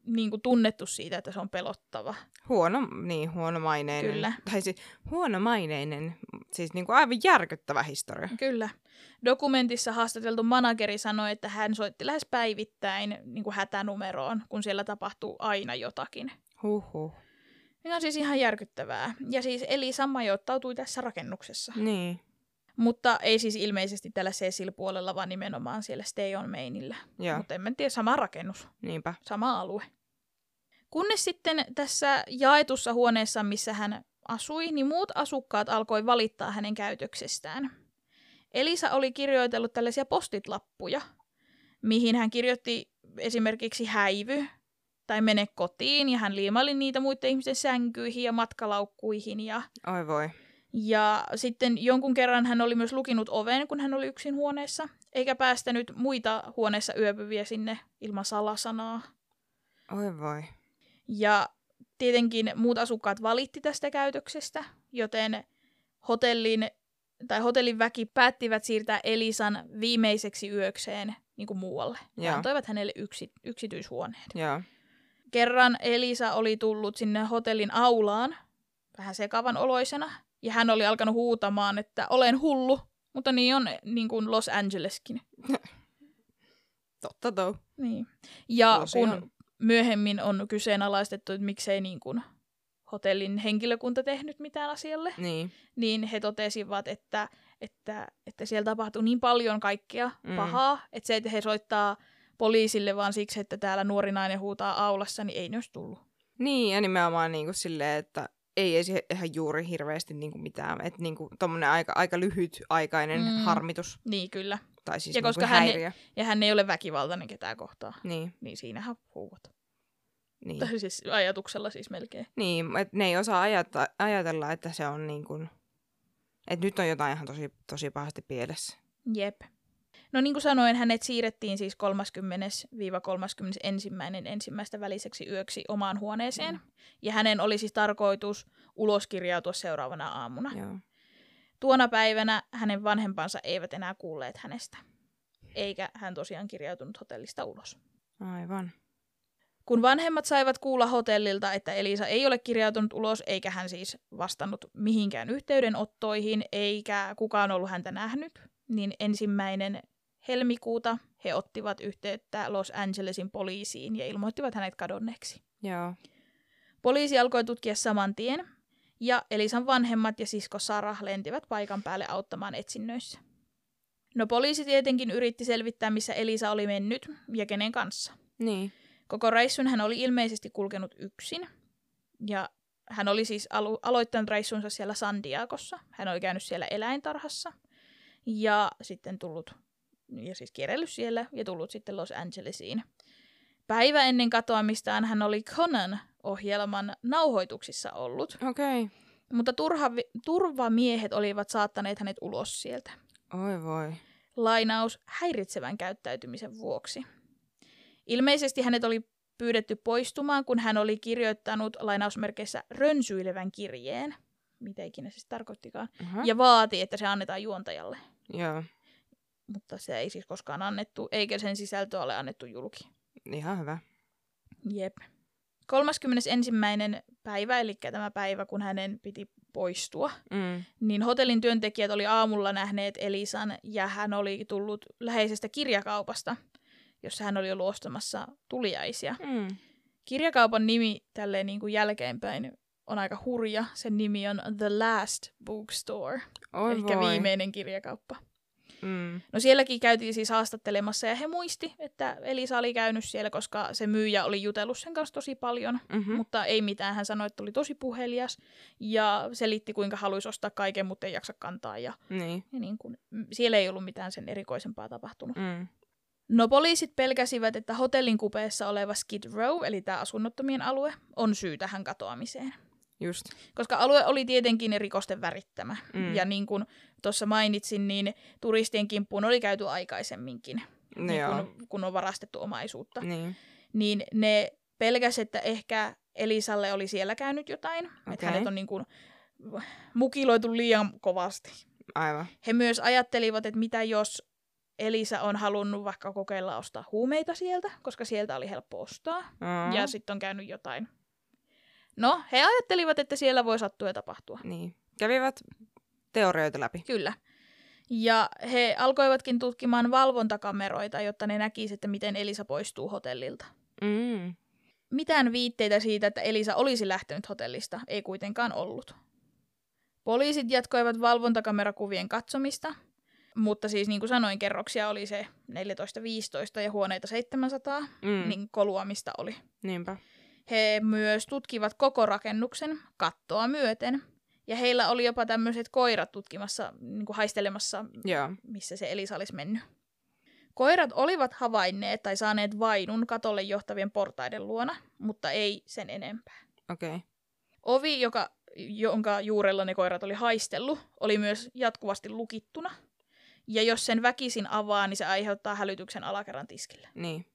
A: niin kuin tunnettu siitä, että se on pelottava.
B: Huono, niin huonomaineinen.
A: Kyllä.
B: Tai siis huonomaineinen, siis niin kuin aivan järkyttävä historia.
A: Kyllä. Dokumentissa haastateltu manageri sanoi, että hän soitti lähes päivittäin niin kuin hätänumeroon, kun siellä tapahtuu aina jotakin.
B: Huhhuh.
A: Niin on siis ihan järkyttävää. Ja siis Elisa majoittautui tässä rakennuksessa.
B: Niin,
A: Mutta ei siis ilmeisesti tällä Cecil-puolella, vaan nimenomaan siellä Stay on Mainillä.
B: joo,
A: Mutta en mä tiedä, sama rakennus,
B: niinpä.
A: sama alue. Kunnes sitten tässä jaetussa huoneessa, missä hän asui, niin muut asukkaat alkoi valittaa hänen käytöksestään. Elisa oli kirjoitellut tällaisia postitlappuja, mihin hän kirjoitti esimerkiksi häivy tai mene kotiin, ja hän liimaili niitä muiden ihmisten sänkyihin ja matkalaukkuihin ja
B: Oi voi.
A: Ja sitten jonkun kerran hän oli myös lukinut oven, kun hän oli yksin huoneessa, eikä päästänyt muita huoneessa yöpyviä sinne ilman salasanaa.
B: Oi voi.
A: Ja tietenkin muut asukkaat valitti tästä käytöksestä, joten hotellin, tai hotellin väki päättivät siirtää Elisan viimeiseksi yökseen niin kuin muualle. Ja
B: Joo.
A: antoivat hänelle yksi, yksityishuoneen.
B: Joo.
A: Kerran Elisa oli tullut sinne hotellin aulaan, vähän sekavan oloisena, ja hän oli alkanut huutamaan, että olen hullu, mutta niin on niin kuin Los Angeleskin.
B: Totta tou.
A: Niin. Ja
B: Tosiaan.
A: kun myöhemmin on kyseenalaistettu, että miksei niin kuin hotellin henkilökunta tehnyt mitään asialle,
B: Niin.
A: niin he totesivat, että, että, että siellä tapahtuu niin paljon kaikkea
B: Mm.
A: mm. pahaa, että se, että he soittaa poliisille vaan siksi, että täällä nuori nainen huutaa aulassa, niin ei ne olisi tullut.
B: Niin, ja nimenomaan niin kuin silleen, että ei, ei siihen ihan juuri hirveästi niin kuin mitään. Että niin kuin tommonen aika, aika lyhytaikainen
A: Mm.
B: mm. harmitus.
A: Niin kyllä.
B: Tai siis
A: Ja
B: niin kuin
A: koska hän ei-
B: häiriö. Hän...
A: Ja hän ei ole väkivaltainen ketään kohtaan.
B: Niin,
A: Niin siinähän huuat.
B: niin.
A: Tai siis ajatuksella siis melkein.
B: Niin, että ne ei osaa ajata, ajatella, että se on niin kuin, että nyt on jotain ihan tosi, tosi pahasti pielessä.
A: Jep. No niin kuin sanoin, hänet siirrettiin siis 30-31. ensimmäistä väliseksi yöksi omaan huoneeseen. Mm. Ja hänen oli siis tarkoitus uloskirjautua seuraavana aamuna.
B: Joo.
A: Tuona päivänä hänen vanhempansa eivät enää kuulleet hänestä. Eikä hän tosiaan kirjautunut hotellista ulos.
B: Aivan.
A: Kun vanhemmat saivat kuulla hotellilta, että Elisa ei ole kirjautunut ulos, eikä hän siis vastannut mihinkään yhteydenottoihin, eikä kukaan ollut häntä nähnyt, niin ensimmäinen helmikuuta he ottivat yhteyttä Los Angelesin poliisiin ja ilmoittivat hänet kadonneeksi.
B: Joo.
A: Poliisi alkoi tutkia saman tien, ja Elisan vanhemmat ja sisko Sarah lentivät paikan päälle auttamaan etsinnöissä. No poliisi tietenkin yritti selvittää, missä Elisa oli mennyt ja kenen kanssa.
B: Niin.
A: Koko reissun hän oli ilmeisesti kulkenut yksin. Ja hän oli siis alu- aloittanut reissunsa siellä San Diegossa. Hän oli käynyt siellä eläintarhassa. Ja sitten tullut, ja siis kierrellyt siellä ja tullut sitten Los Angelesiin. Päivä ennen katoamistaan hän oli Conan-ohjelman nauhoituksissa ollut,
B: Okei. Okay.
A: mutta turha, turvamiehet olivat saattaneet hänet ulos sieltä
B: Oi voi.
A: lainaus häiritsevän käyttäytymisen vuoksi. Ilmeisesti hänet oli pyydetty poistumaan, kun hän oli kirjoittanut lainausmerkeissä rönsyilevän kirjeen, mitä ikinä se siis tarkoittikaan,
B: Aha.
A: ja vaati, että se annetaan juontajalle.
B: Joo.
A: Mutta se ei siis koskaan annettu, eikä sen sisältöä ole annettu julki.
B: Ihan hyvä.
A: Jep. 31. päivä, eli tämä päivä, kun hänen piti poistua,
B: Mm.
A: niin hotellin työntekijät oli aamulla nähneet Elisan ja hän oli tullut läheisestä kirjakaupasta, jossa hän oli ollut ostamassa tuliaisia.
B: Mm.
A: Kirjakaupan nimi tälleen niin kuin jälkeenpäin on aika hurja. Sen nimi on The Last Bookstore,
B: Oi
A: eli
B: voi.
A: viimeinen kirjakauppa.
B: Mm.
A: No sielläkin käytiin siis haastattelemassa ja he muisti, että Elisa oli käynyt siellä, koska se myyjä oli jutellut sen kanssa tosi paljon
B: Mm-hmm.
A: mutta ei mitään. Hän sanoi, että oli tosi puhelias ja selitti, kuinka haluaisi ostaa kaiken, mutta ei jaksa kantaa. Ja,
B: niin.
A: ja niin kun, mm, siellä ei ollut mitään sen erikoisempaa tapahtunut.
B: Mm.
A: No poliisit pelkäsivät, että hotellin kupeessa oleva Skid Row, eli tämä asunnottomien alue, on syy tähän katoamiseen.
B: Just.
A: Koska alue oli tietenkin rikosten värittämä.
B: Mm.
A: Mm. Ja niin kuin tuossa mainitsin, niin turistien kimppuun oli käyty aikaisemminkin,
B: No
A: niin
B: joo.
A: kun, kun on varastettu omaisuutta
B: Niin.
A: niin ne pelkäs, että ehkä Elisalle oli siellä käynyt jotain. Okay. Että
B: Okei.
A: hänet on niin kuin mukiloitu liian kovasti.
B: Aivan.
A: He myös ajattelivat, että mitä jos Elisa on halunnut vaikka kokeilla ostaa huumeita sieltä, koska sieltä oli helppo ostaa.
B: Aa.
A: Ja sitten on käynyt jotain. No, he ajattelivat, että siellä voi sattua ja tapahtua.
B: Niin. Kävivät teorioita läpi.
A: Kyllä. Ja he alkoivatkin tutkimaan valvontakameroita, jotta ne näkisivät, että miten Elisa poistuu hotellilta.
B: Mm.
A: Mitään viitteitä siitä, että Elisa olisi lähtenyt hotellista, ei kuitenkaan ollut. Poliisit jatkoivat valvontakamerakuvien katsomista, mutta siis niin kuin sanoin, kerroksia oli se 14-15 ja huoneita 700,
B: Mm.
A: mm. niin koluamista oli.
B: Niinpä.
A: He myös tutkivat koko rakennuksen kattoa myöten, ja heillä oli jopa tämmöiset koirat tutkimassa, niin kuin haistelemassa,
B: Joo.
A: missä se Elisa olisi mennyt. Koirat olivat havainneet tai saaneet vainun katolle johtavien portaiden luona, mutta ei sen enempää.
B: Okei. Okay.
A: Ovi, joka jonka juurella ne koirat oli haistellut, oli myös jatkuvasti lukittuna. Ja jos sen väkisin avaa, niin se aiheuttaa hälytyksen alakerran tiskille.
B: Niin.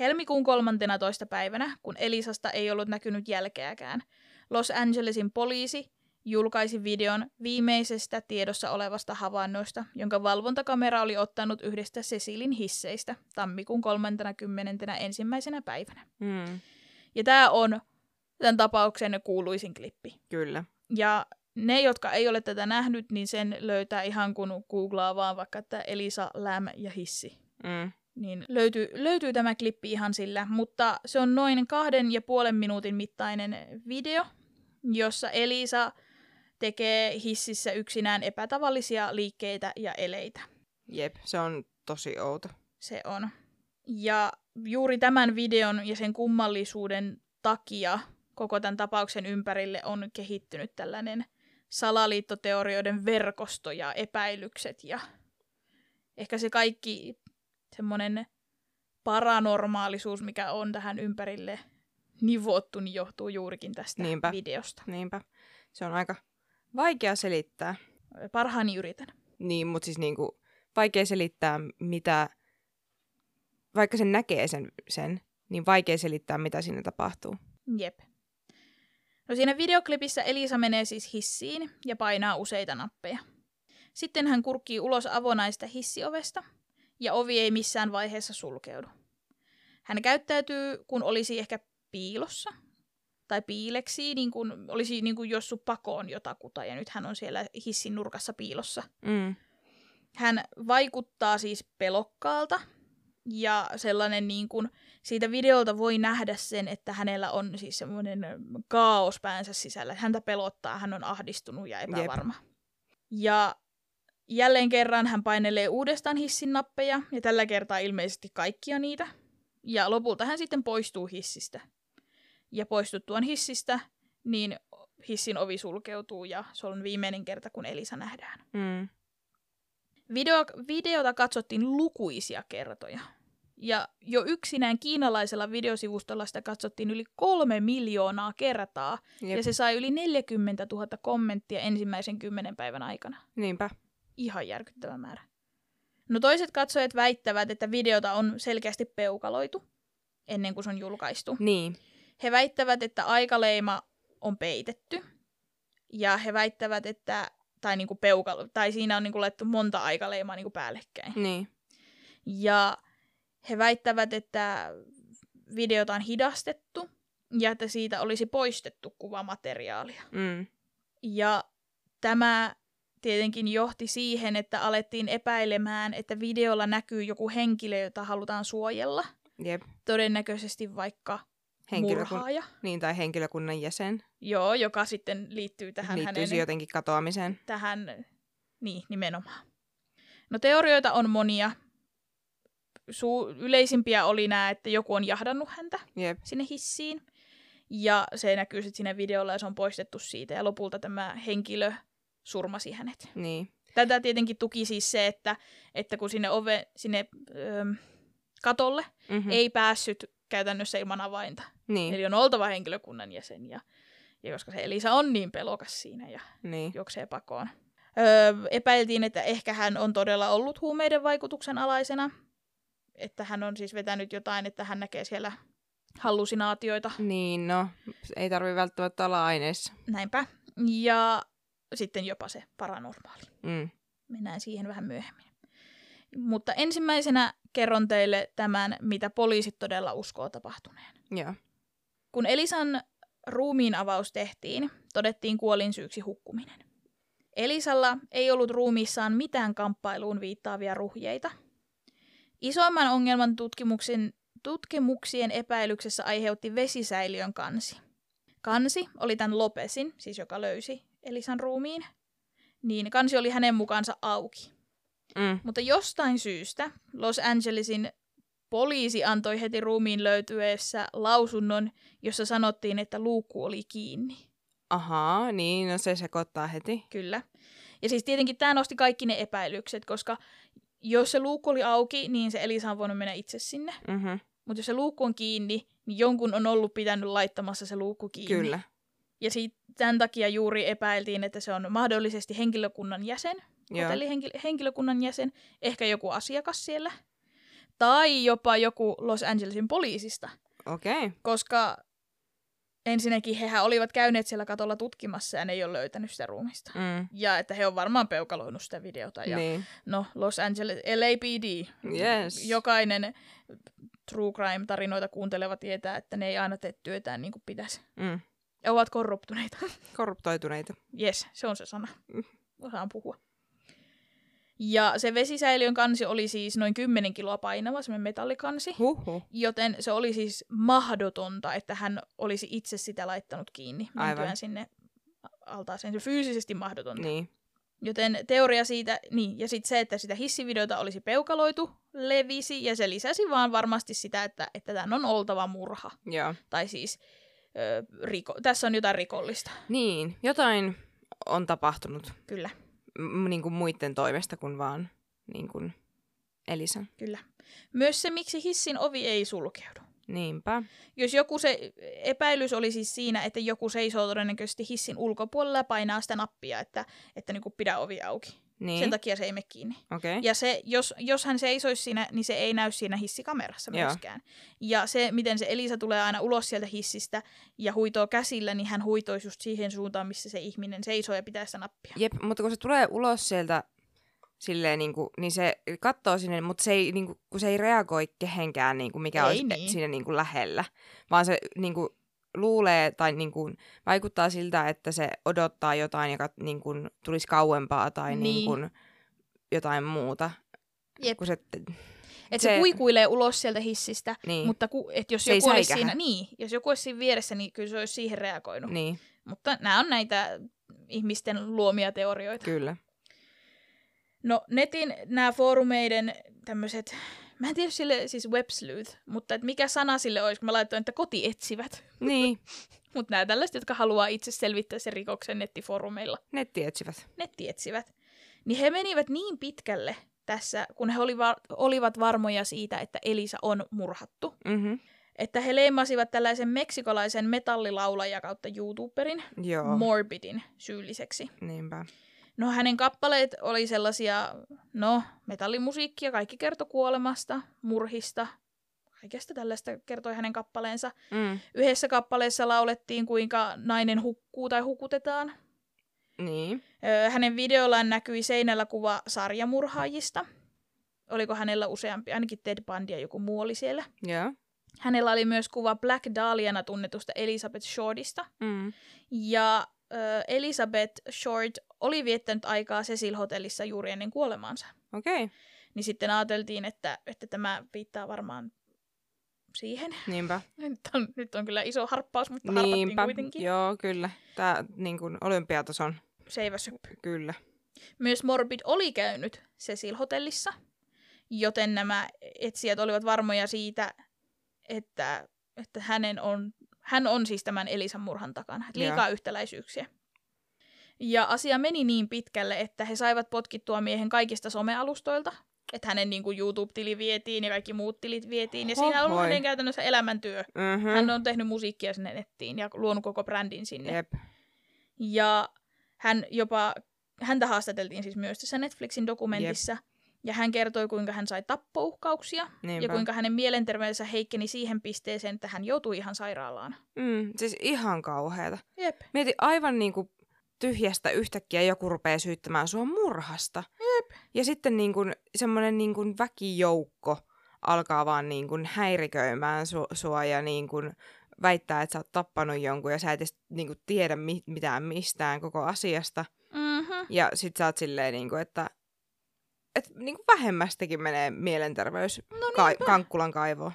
A: Helmikuun 13. päivänä, kun Elisasta ei ollut näkynyt jälkeäkään, Los Angelesin poliisi julkaisi videon viimeisestä tiedossa olevasta havainnoista, jonka valvontakamera oli ottanut yhdestä Cecilin hisseistä tammikuun 31. päivänä.
B: Mm.
A: Ja tämä on tämän tapauksen kuuluisin klippi.
B: Kyllä.
A: Ja ne, jotka ei ole tätä nähnyt, niin sen löytää ihan kun googlaa vaan vaikka, että Elisa, Läm ja hissi
B: Mm.
A: niin löytyy, löytyy tämä klippi ihan sillä, mutta se on noin kahden ja puolen minuutin mittainen video, jossa Elisa tekee hississä yksinään epätavallisia liikkeitä ja eleitä.
B: Jep, se on tosi outo.
A: Se on. Ja juuri tämän videon ja sen kummallisuuden takia koko tämän tapauksen ympärille on kehittynyt tällainen salaliittoteorioiden verkosto ja epäilykset ja ehkä se kaikki semmoinen paranormaalisuus, mikä on tähän ympärille nivottu, niin johtuu juurikin tästä
B: Niinpä.
A: videosta.
B: Niinpä. Se on aika vaikea selittää.
A: Parhaani yritän.
B: Niin, mutta siis niinku vaikea selittää, mitä... Vaikka sen näkee sen, sen, niin vaikea selittää, mitä siinä tapahtuu.
A: Jep. No siinä videoklipissä Elisa menee siis hissiin ja painaa useita nappeja. Sitten hän kurkkii ulos avonaista hissiovesta ja ovi ei missään vaiheessa sulkeudu. Hän käyttäytyy, kun olisi ehkä piilossa tai piileksi, niin kuin olisi niin kuin jossu pakoon jotakuta ja nyt hän on siellä hissin nurkassa piilossa.
B: Mm.
A: Hän vaikuttaa siis pelokkaalta ja sellainen niin kuin, siitä videolta voi nähdä sen, että hänellä on siis semmoinen kaos päänsä sisällä. Häntä pelottaa, hän on ahdistunut ja epävarma. Jep. Ja jälleen kerran hän painelee uudestaan hissin nappeja ja tällä kertaa ilmeisesti kaikkia niitä. Ja lopulta hän sitten poistuu hissistä. Ja poistuttuaan hissistä, niin hissin ovi sulkeutuu ja se on viimeinen kerta, kun Elisa nähdään.
B: Mm.
A: Video, videota katsottiin lukuisia kertoja. Ja jo yksinään kiinalaisella videosivustolla sitä katsottiin yli kolme miljoonaa kertaa.
B: Jep.
A: Ja se sai yli 40 000 kommenttia ensimmäisen kymmenen päivän aikana.
B: Niinpä.
A: Ihan järkyttävä määrä. No toiset katsojat väittävät, että videota on selkeästi peukaloitu ennen kuin se on julkaistu.
B: Niin.
A: He väittävät, että aikaleima on peitetty. Ja he väittävät, että tai, niinku peukalo, tai siinä on niinku laittu monta aikaleimaa niinku päällekkäin.
B: Niin.
A: Ja he väittävät, että videota on hidastettu ja että siitä olisi poistettu kuvamateriaalia.
B: Mm.
A: Ja tämä tietenkin johti siihen, että alettiin epäilemään, että videolla näkyy joku henkilö, jota halutaan suojella.
B: Jep.
A: Todennäköisesti vaikka
B: Henkilökun...
A: murhaaja.
B: Niin, tai henkilökunnan jäsen.
A: Joo, joka sitten liittyy tähän
B: Liittyisi
A: hänen...
B: jotenkin katoamiseen.
A: Tähän, niin, nimenomaan. No teorioita on monia. Su- yleisimpiä oli nämä, että joku on jahdannut häntä
B: Jep.
A: sinne hissiin. Ja se näkyy sitten siinä videolla ja se on poistettu siitä. Ja lopulta tämä henkilö surmasi hänet.
B: Niin.
A: Tätä tietenkin tuki siis se, että, että kun sinne, ove, sinne öö, katolle
B: Mm-hmm.
A: mm. ei päässyt käytännössä ilman avainta.
B: Niin.
A: Eli on oltava henkilökunnan jäsen ja, ja koska se Elisa on niin pelokas siinä ja
B: Niin.
A: juoksee pakoon. Öö, epäiltiin, että ehkä hän on todella ollut huumeiden vaikutuksen alaisena. Että hän on siis vetänyt jotain, että hän näkee siellä hallusinaatioita.
B: Niin, no. Ei tarvi välttämättä olla aineissa.
A: Näinpä. Ja sitten jopa se paranormaali.
B: Mm.
A: Mennään siihen vähän myöhemmin. Mutta ensimmäisenä kerron teille tämän, mitä poliisit todella uskoo tapahtuneen.
B: Joo.
A: Kun Elisan ruumiin avaus tehtiin, todettiin kuolinsyyksi hukkuminen. Elisalla ei ollut ruumiissaan mitään kamppailuun viittaavia ruhjeita. Isoimman ongelman tutkimuksen, tutkimuksien epäilyksessä aiheutti vesisäiliön kansi. Kansi oli tämän Lopesin, siis joka löysi Elisan ruumiin, niin kansi oli hänen mukaansa auki.
B: Mm.
A: Mutta jostain syystä Los Angelesin poliisi antoi heti ruumiin löytyessä lausunnon, jossa sanottiin, että luukku oli kiinni.
B: Ahaa, niin, no se sekoittaa heti.
A: Kyllä. Ja siis tietenkin tämä nosti kaikki ne epäilykset, koska jos se luukku oli auki, niin se Elisa on voinut mennä itse sinne.
B: Mm-hmm.
A: Mutta jos se luukku on kiinni, niin jonkun on ollut pitänyt laittamassa se luukku kiinni.
B: Kyllä.
A: Ja sit, tämän takia juuri epäiltiin, että se on mahdollisesti henkilökunnan jäsen,
B: Joo.
A: hotellihenkilökunnan jäsen, ehkä joku asiakas siellä, tai jopa joku Los Angelesin poliisista,
B: Okei. Okay.
A: koska ensinnäkin hehän olivat käyneet siellä katolla tutkimassa ja ne ei ole löytänyt sitä ruumista.
B: Mm.
A: Ja että he on varmaan peukaloinut sitä videota. Ja
B: Niin.
A: no, Los Angeles, LAPD.
B: Yes.
A: Jokainen true crime-tarinoita kuunteleva tietää, että ne ei aina tee työtään niin kuin pitäisi.
B: Mm.
A: Ja ovat korruptuneita.
B: Korruptoituneita.
A: Yes, se on se sana.
B: Mm.
A: Osaan puhua. Ja se vesisäiliön kansi oli siis noin 10 kiloa painava, semmoinen metallikansi.
B: Huhhuh.
A: Joten se oli siis mahdotonta, että hän olisi itse sitä laittanut kiinni
B: Aivan.
A: mentyään sinne altaaseen. Se on fyysisesti mahdotonta.
B: Niin.
A: Joten teoria siitä, niin, ja sitten se, että sitä hissivideota olisi peukaloitu, levisi, ja se lisäsi vaan varmasti sitä, että, että tämän on oltava murha.
B: Joo.
A: Tai siis, ö, riko, tässä on jotain rikollista,
B: Niin. Jotain on tapahtunut
A: kyllä.
B: m- niin kuin muiden toimesta kuin vaan niin kuin Elisan.
A: Kyllä. Myös se, miksi hissin ovi ei sulkeudu.
B: Niinpä.
A: Jos joku se epäilys oli siis siinä, että joku seisoo todennäköisesti hissin ulkopuolella ja painaa sitä nappia, että, että niin pidä ovi auki. Niin.
B: Niin.
A: Sen takia se ei mene kiinni.
B: Okei. Okay.
A: Ja se, jos, jos hän seisoisi siinä, niin se ei näy siinä hissikamerassa
B: Joo.
A: myöskään. Ja se, miten se Elisa tulee aina ulos sieltä hissistä ja huitoo käsillä, niin hän huitoisi just siihen suuntaan, missä se ihminen seisoo ja pitää sitä nappia.
B: Jep, mutta kun se tulee ulos sieltä, silleen, niin, kuin, niin se katsoo sinne, mutta se ei, niin kuin, kun se ei reagoi kehenkään, niin kuin, mikä
A: Ei
B: olisi
A: niin.
B: siinä niin kuin, lähellä, vaan se niin kuin, luulee tai niin kuin, vaikuttaa siltä, että se odottaa jotain, joka niin kuin, tulisi kauempaa tai niin.
A: Niin.
B: Niin kuin, jotain muuta.
A: Jep.
B: Kun se,
A: Että se,
B: se-
A: kuikuilee ulos sieltä hissistä,
B: niin,
A: Mutta ku, et jos,
B: Se ei
A: joku olisi
B: säikähä.
A: siinä, niin, jos joku olisi siinä vieressä, niin kyllä se olisi siihen reagoinut. Niin.
B: niin,
A: Mutta nämä on näitä ihmisten luomia teorioita.
B: kyllä.
A: No netin nämä foorumeiden tämmöiset, mä en tiedä sille siis websleuth, mutta et mikä sana sille olisi, kun mä laitoin, että kotietsivät.
B: Niin,
A: Mutta nämä tällaiset, jotka haluaa itse selvittää sen rikoksen nettifoorumeilla,
B: netti etsivät.
A: nettietsivät. Niin he menivät niin pitkälle tässä, kun he oli va- olivat varmoja siitä, että Elisa on murhattu.
B: Mm-hmm.
A: että he leimasivat tällaisen meksikolaisen metallilaulaja kautta YouTuberin
B: Joo, Mo-
A: Morbidin syylliseksi.
B: niinpä.
A: No hänen kappaleet oli sellaisia, no metallimusiikkia, kaikki kertoi kuolemasta, murhista, kaikesta tällaista kertoi hänen kappaleensa.
B: Mm.
A: Yhdessä kappaleessa laulettiin, kuinka nainen hukkuu tai hukutetaan.
B: Niin,
A: Öö, Hänen videollaan näkyi seinällä kuva sarjamurhaajista. Oliko hänellä useampi, ainakin Ted Bundy ja joku muu oli siellä.
B: joo.
A: Hänellä oli myös kuva Black Dahliana tunnetusta Elizabeth Shortista.
B: Mm.
A: Ja ö, Elizabeth Short oli viettänyt aikaa Cecil Hotellissa juuri ennen kuolemaansa.
B: Okei, okay.
A: Niin sitten ajateltiin, että, että tämä viittaa varmaan siihen.
B: niinpä.
A: Nyt on, nyt on kyllä iso harppaus, mutta Niinpä. harpattiin
B: Niinpä,
A: kuitenkin. Jo.
B: joo, kyllä. Tämä niin kuin olympiatason,
A: Seiväsyppy.
B: kyllä.
A: Myös Morbid oli käynyt Cecil Hotellissa, joten nämä etsijät olivat varmoja siitä, että, että hänen on, hän on siis tämän Elisan murhan takana. Että Liikaa yhtäläisyyksiä. Ja asia meni niin pitkälle, että he saivat potkittua miehen kaikista somealustoilta. Että hänen niin kuin YouTube-tili vietiin ja kaikki muut tilit vietiin. Ja siinä on ollut
B: Hohoi.
A: hänen käytännössä elämäntyö.
B: Mm-hmm.
A: Hän on tehnyt musiikkia sinne nettiin ja luonut koko brändin sinne.
B: Jep.
A: Ja hän jopa, häntä haastateltiin siis myös tässä Netflixin dokumentissa. Ja hän kertoi, kuinka hän sai tappouhkauksia
B: Niinpä.
A: ja kuinka hänen mielenterveydensä heikkeni siihen pisteeseen, että hän joutui ihan sairaalaan.
B: Mm, siis ihan kauheata.
A: Jep.
B: Mieti aivan niin kuin tyhjästä yhtäkkiä joku rupeaa syyttämään sua murhasta. Jep. Ja sitten niin kuin, semmoinen niin kuin väkijoukko alkaa vaan niin kuin häiriköimään su- sua ja niin kuin väittää, että sä oot tappanut jonkun ja sä et edes niin kuin tiedä mi- mitään mistään koko asiasta.
A: Mm-hmm.
B: Ja sit sä oot silleen, niin kuin, että, että niin kuin vähemmästäkin menee mielenterveys
A: No
B: ka- kankkulan kaivoon.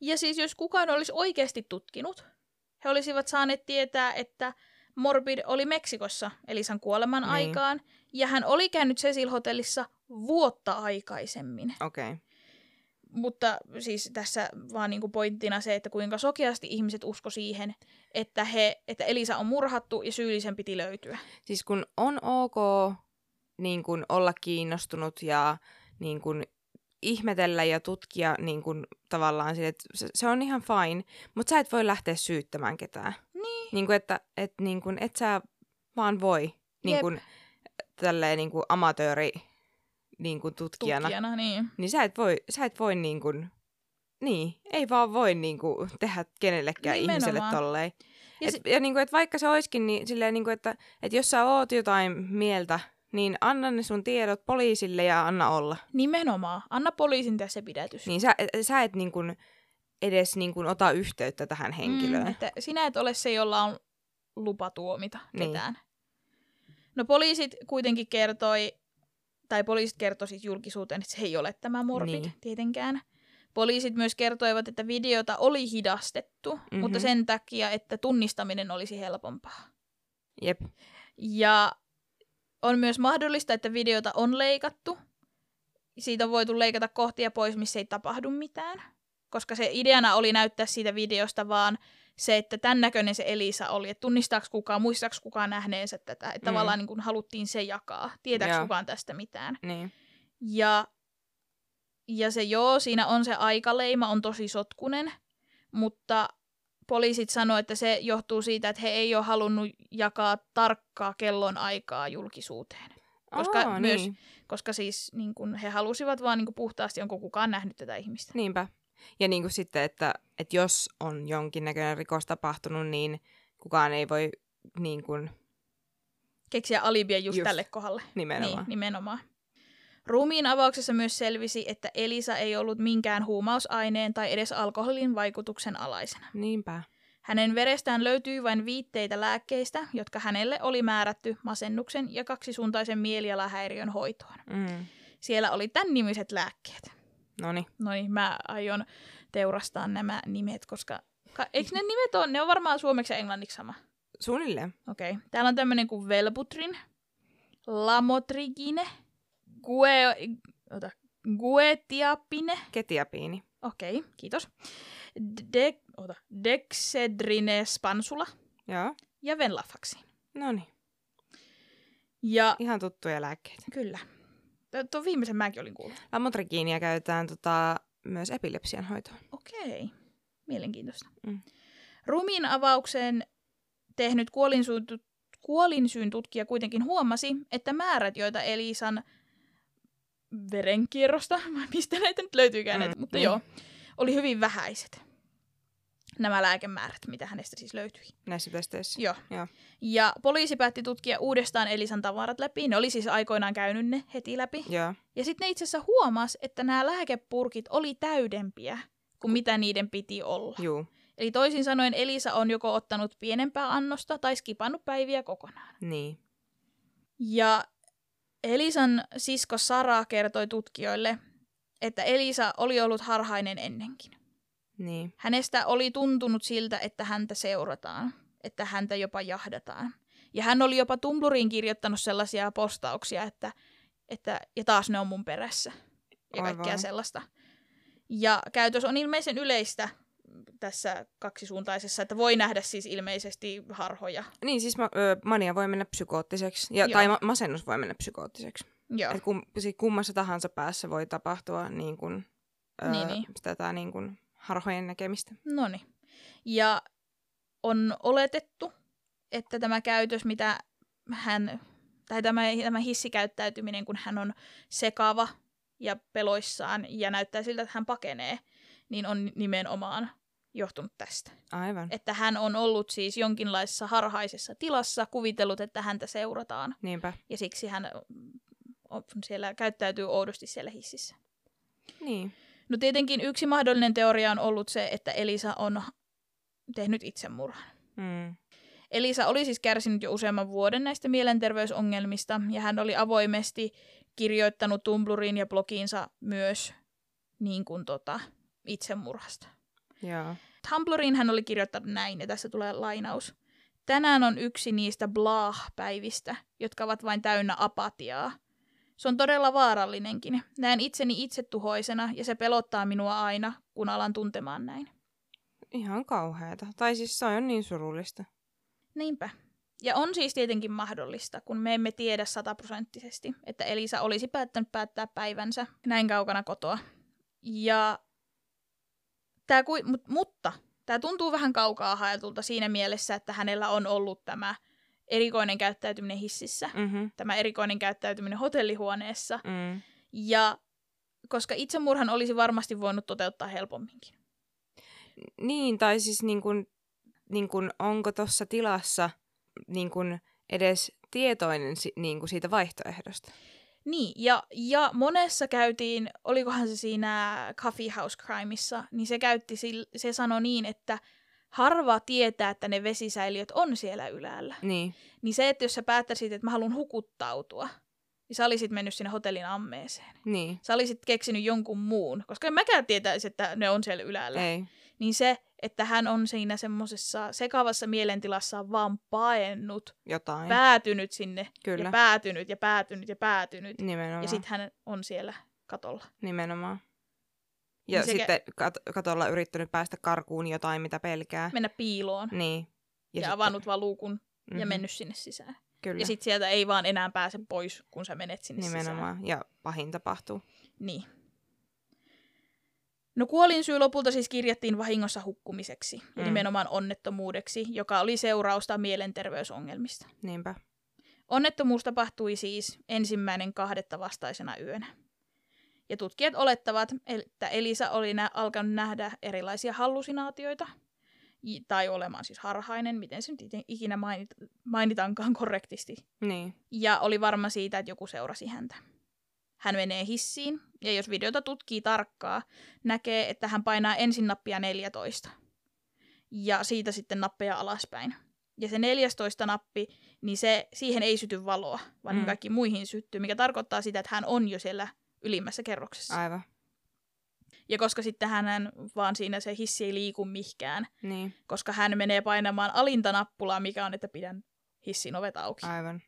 A: Ja siis jos kukaan olisi oikeasti tutkinut, he olisivat saaneet tietää, että Morbid oli Meksikossa Elisan kuoleman
B: Niin.
A: aikaan. Ja hän oli käynyt Cecil Hotellissa vuotta aikaisemmin.
B: Okei. Okay.
A: Mutta siis tässä vaan niinku pointtina se, että kuinka sokeasti ihmiset usko siihen, että, he, että Elisa on murhattu ja syyllisen piti löytyä.
B: Siis kun on ok niin kun olla kiinnostunut ja niin kun ihmetellä ja tutkia niin kun tavallaan sille, että se- se on ihan fine, mutta sä et voi lähteä syyttämään ketään.
A: Niin.
B: Niin kuin, että et, niin kuin, et sä vaan voi niin
A: Jep.
B: kuin, tälleen niin kuin amatööri niin kuin tutkijana,
A: tutkijana. niin.
B: niin sä et voi, sä et voi niin kuin, niin, ei vaan voi niin kuin, tehdä kenellekään ihmiselle
A: Nimenomaan.
B: tolleen.
A: Ja
B: Ja, et,
A: se-
B: ja niin kuin, että vaikka se olisikin, niin, silleen, niin kuin, että, että jos sä oot jotain mieltä, niin anna ne sun tiedot poliisille ja anna olla.
A: Nimenomaan. Anna poliisin tässä pidätys.
B: Niin sä, sä et niin kuin, edes niin kuin, ota yhteyttä tähän henkilöön.
A: Mm,
B: Mm.
A: että sinä et ole se, jolla on lupa tuomita
B: Niin.
A: ketään. No poliisit kuitenkin kertoi, tai poliisit kertoi siis julkisuuteen, että se ei ole tämä morbid
B: Niin.
A: niin. tietenkään. Poliisit myös kertoivat, että videota oli hidastettu, mm-hmm.
B: Mhm.
A: mutta sen takia, että tunnistaminen olisi helpompaa.
B: Jep.
A: Ja on myös mahdollista, että videota on leikattu. Siitä on voitu leikata kohtia pois, missä ei tapahdu mitään. Koska se ideana oli näyttää siitä videosta vaan se, että tämän näköinen se Elisa oli. Että tunnistaako kukaan, muistaako kukaan nähneensä tätä. Että
B: Mm.
A: mm. tavallaan niin kuin haluttiin se jakaa. Tietääkö
B: Joo.
A: kukaan tästä mitään.
B: Niin.
A: Ja, ja se joo, siinä on se aikaleima, on tosi sotkunen, mutta poliisit sanoivat, että se johtuu siitä, että he ei ole halunnut jakaa tarkkaa kellon aikaa julkisuuteen. Koska
B: Aa,
A: myös-
B: niin.
A: Koska siis niin kun he halusivat vaan niin kun puhtaasti, onko kukaan nähnyt tätä ihmistä.
B: Niinpä. Ja niin kuin sitten, että, että jos on jonkinnäköinen rikos tapahtunut, niin kukaan ei voi niin kuin,
A: Keksiä alibia just,
B: Just.
A: just. tälle kohdalle.
B: nimenomaan.
A: Niin, nimenomaan. Ruumiin avauksessa myös selvisi, että Elisa ei ollut minkään huumausaineen tai edes alkoholin vaikutuksen alaisena.
B: Niinpä.
A: Hänen verestään löytyy vain viitteitä lääkkeistä, jotka hänelle oli määrätty masennuksen ja kaksisuuntaisen mielialahäiriön hoitoon.
B: Mm.
A: Siellä oli tämän nimiset lääkkeet.
B: No niin.
A: No niin, mä aion teurastaa nämä nimet, koska... Ka- eikö ne nimet ole? Ne on varmaan suomeksi ja englanniksi sama.
B: Suunnilleen.
A: Okei. Okay. Täällä on tämmöinen kuin Velbutrin, Lamotrigine, Gue... Ota, Guetiapine,
B: Ketiapiini.
A: okei, okay, kiitos, De- ota, Dexedrine Spansula
B: Joo.
A: ja Venlafaxi.
B: No niin.
A: Ja
B: Ihan tuttuja lääkkeitä.
A: kyllä. Tö- Tuon viimeisen mäkin olin kuullut.
B: Lamotrigiinia käytetään tota, myös epilepsian hoitoon.
A: Okei. Mielenkiintoista.
B: Mm.
A: Mm. Rumin avaukseen tehnyt kuolinsyyn, tut- kuolinsyyn tutkija kuitenkin huomasi, että määrät, joita Elisan verenkierrosta, vai mistä näitä nyt löytyykään,
B: Mm,
A: mm. mutta
B: niin.
A: joo, oli hyvin vähäiset. Nämä lääkemäärät, mitä hänestä siis löytyi.
B: Näissä testeissä.
A: Joo.
B: Joo.
A: Ja poliisi päätti tutkia uudestaan Elisan tavarat läpi. Ne oli siis aikoinaan käynyt ne heti läpi.
B: Joo.
A: Ja sitten ne itse asiassa huomas, että nämä lääkepurkit oli täydempiä kuin mitä niiden piti olla.
B: Juu.
A: Eli toisin sanoen Elisa on joko ottanut pienempää annosta tai skipannut päiviä kokonaan.
B: Niin.
A: Ja Elisan sisko Sara kertoi tutkijoille, että Elisa oli ollut harhainen ennenkin.
B: Niin.
A: Hänestä oli tuntunut siltä, että häntä seurataan, että häntä jopa jahdataan. Ja hän oli jopa Tumbluriin kirjoittanut sellaisia postauksia, että, että ja taas ne on mun perässä. Ja
B: Aivan.
A: kaikkea sellaista. Ja käytös on ilmeisen yleistä tässä kaksisuuntaisessa, että voi nähdä siis ilmeisesti harhoja.
B: Niin, siis ma- ö, mania voi mennä psykoottiseksi. Ja,
A: Joo.
B: tai ma- masennus voi mennä psykoottiseksi.
A: Joo.
B: Et kum, siis kummassa tahansa päässä voi tapahtua niin kun, ö,
A: Niin, niin.
B: tätä niin kun, harhojen näkemistä.
A: Noniin. No niin. Ja on oletettu, että tämä käytös, mitä hän, tai tämä, tämä hissikäyttäytyminen, kun hän on sekava ja peloissaan ja näyttää siltä, että hän pakenee, niin on nimenomaan johtunut tästä.
B: Aivan, Et...
A: Että hän on ollut siis jonkinlaisessa harhaisessa tilassa, kuvitellut, että häntä seurataan,
B: niinpä.
A: ja siksi hän on siellä, käyttäytyy oudosti siellä hississä.
B: Niin.
A: No tietenkin yksi mahdollinen teoria on ollut se, että Elisa on tehnyt itsemurhan.
B: Mm.
A: Elisa oli siis kärsinyt jo useamman vuoden näistä mielenterveysongelmista ja hän oli avoimesti kirjoittanut Tumbluriin ja blogiinsa myös niin kuin tota, itsemurhasta.
B: Joo.
A: Tumbluriin hän oli kirjoittanut näin, ja tässä tulee lainaus. Tänään on yksi niistä blah-päivistä, jotka ovat vain täynnä apatiaa. Se on todella vaarallinenkin. Näen itseni itsetuhoisena ja se pelottaa minua aina, kun alan tuntemaan näin.
B: Ihan kauheata. Tai siis se on niin surullista.
A: Niinpä. Ja on siis tietenkin mahdollista, kun me emme tiedä sataprosenttisesti, että Elisa olisi päättänyt päättää päivänsä näin kaukana kotoa. Ja tää kui, mut, mutta Tämä tuntuu vähän kaukaa haetulta siinä mielessä, että hänellä on ollut tämä erikoinen käyttäytyminen hississä,
B: Mm-hmm.
A: tämä erikoinen käyttäytyminen hotellihuoneessa.
B: Mm.
A: Ja koska itsemurhan olisi varmasti voinut toteuttaa helpomminkin.
B: Niin, tai siis niin kun, niin kun, onko tuossa tilassa niin kun, edes tietoinen si- niin kun siitä vaihtoehdosta?
A: Niin, ja, ja monessa käytiin, olikohan se siinä Coffee House Crimeissa, niin se käytti, sil- se sanoi niin, että harva tietää, että ne vesisäiliöt on siellä yläällä.
B: Niin.
A: Niin se, että jos sä päättäisit, että mä haluan hukuttautua, niin sä olisit mennyt sinne hotellin ammeeseen.
B: Niin.
A: Sä olisit keksinyt jonkun muun, koska en mäkään tietäisi, että ne on siellä yläällä.
B: Ei.
A: Niin se, että hän on siinä semmoisessa sekavassa mielentilassaan vaan paennut,
B: Jotain.
A: päätynyt sinne ja
B: Kyllä.
A: päätynyt ja päätynyt ja päätynyt.
B: Nimenomaan.
A: Ja sitten hän on siellä katolla.
B: Nimenomaan. Ja
A: Niin sekä-
B: sitten kat- katolla yrittänyt päästä karkuun jotain, mitä pelkää.
A: Mennä piiloon ja,
B: Niin.
A: ja
B: sitten-
A: avannut vaan luukun mm-hmm.
B: Mhm,
A: ja mennyt sinne sisään. Kyllä.
B: Kyllä,
A: Ja sitten sieltä ei vaan enää pääse pois, kun sä menet sinne sisään.
B: nimenomaan. Ja pahin tapahtuu.
A: Niin. No kuolinsyy lopulta siis kirjattiin vahingossa hukkumiseksi ja
B: Mm.
A: nimenomaan onnettomuudeksi, joka oli seurausta mielenterveysongelmista.
B: Niinpä.
A: Onnettomuus tapahtui siis ensimmäinen kahdetta vastaisena yönä. Ja tutkijat olettavat, että Elisa oli nä- alkanut nähdä erilaisia hallusinaatioita, i- tai olemaan siis harhainen, miten se nyt ite- ikinä mainit- mainitankaan korrektisti.
B: Niin.
A: Ja oli varma siitä, että joku seurasi häntä. Hän menee hissiin, ja jos videota tutkii tarkkaa, näkee, että hän painaa ensin nappia 14. Ja siitä sitten nappeja alaspäin. Ja se 14 nappi, niin se, siihen ei syty valoa, vaan mm.
B: Mm.
A: kaikki muihin syttyy, mikä tarkoittaa sitä, että hän on jo siellä ylimmässä kerroksessa. Ai.
B: Aivan.
A: Ja koska sitten hän vaan siinä se hissi ei liiku mihkään,
B: Niin.
A: koska hän menee painamaan alinta nappulaa, mikä on, että pidän hissin ovet auki.
B: Aivan.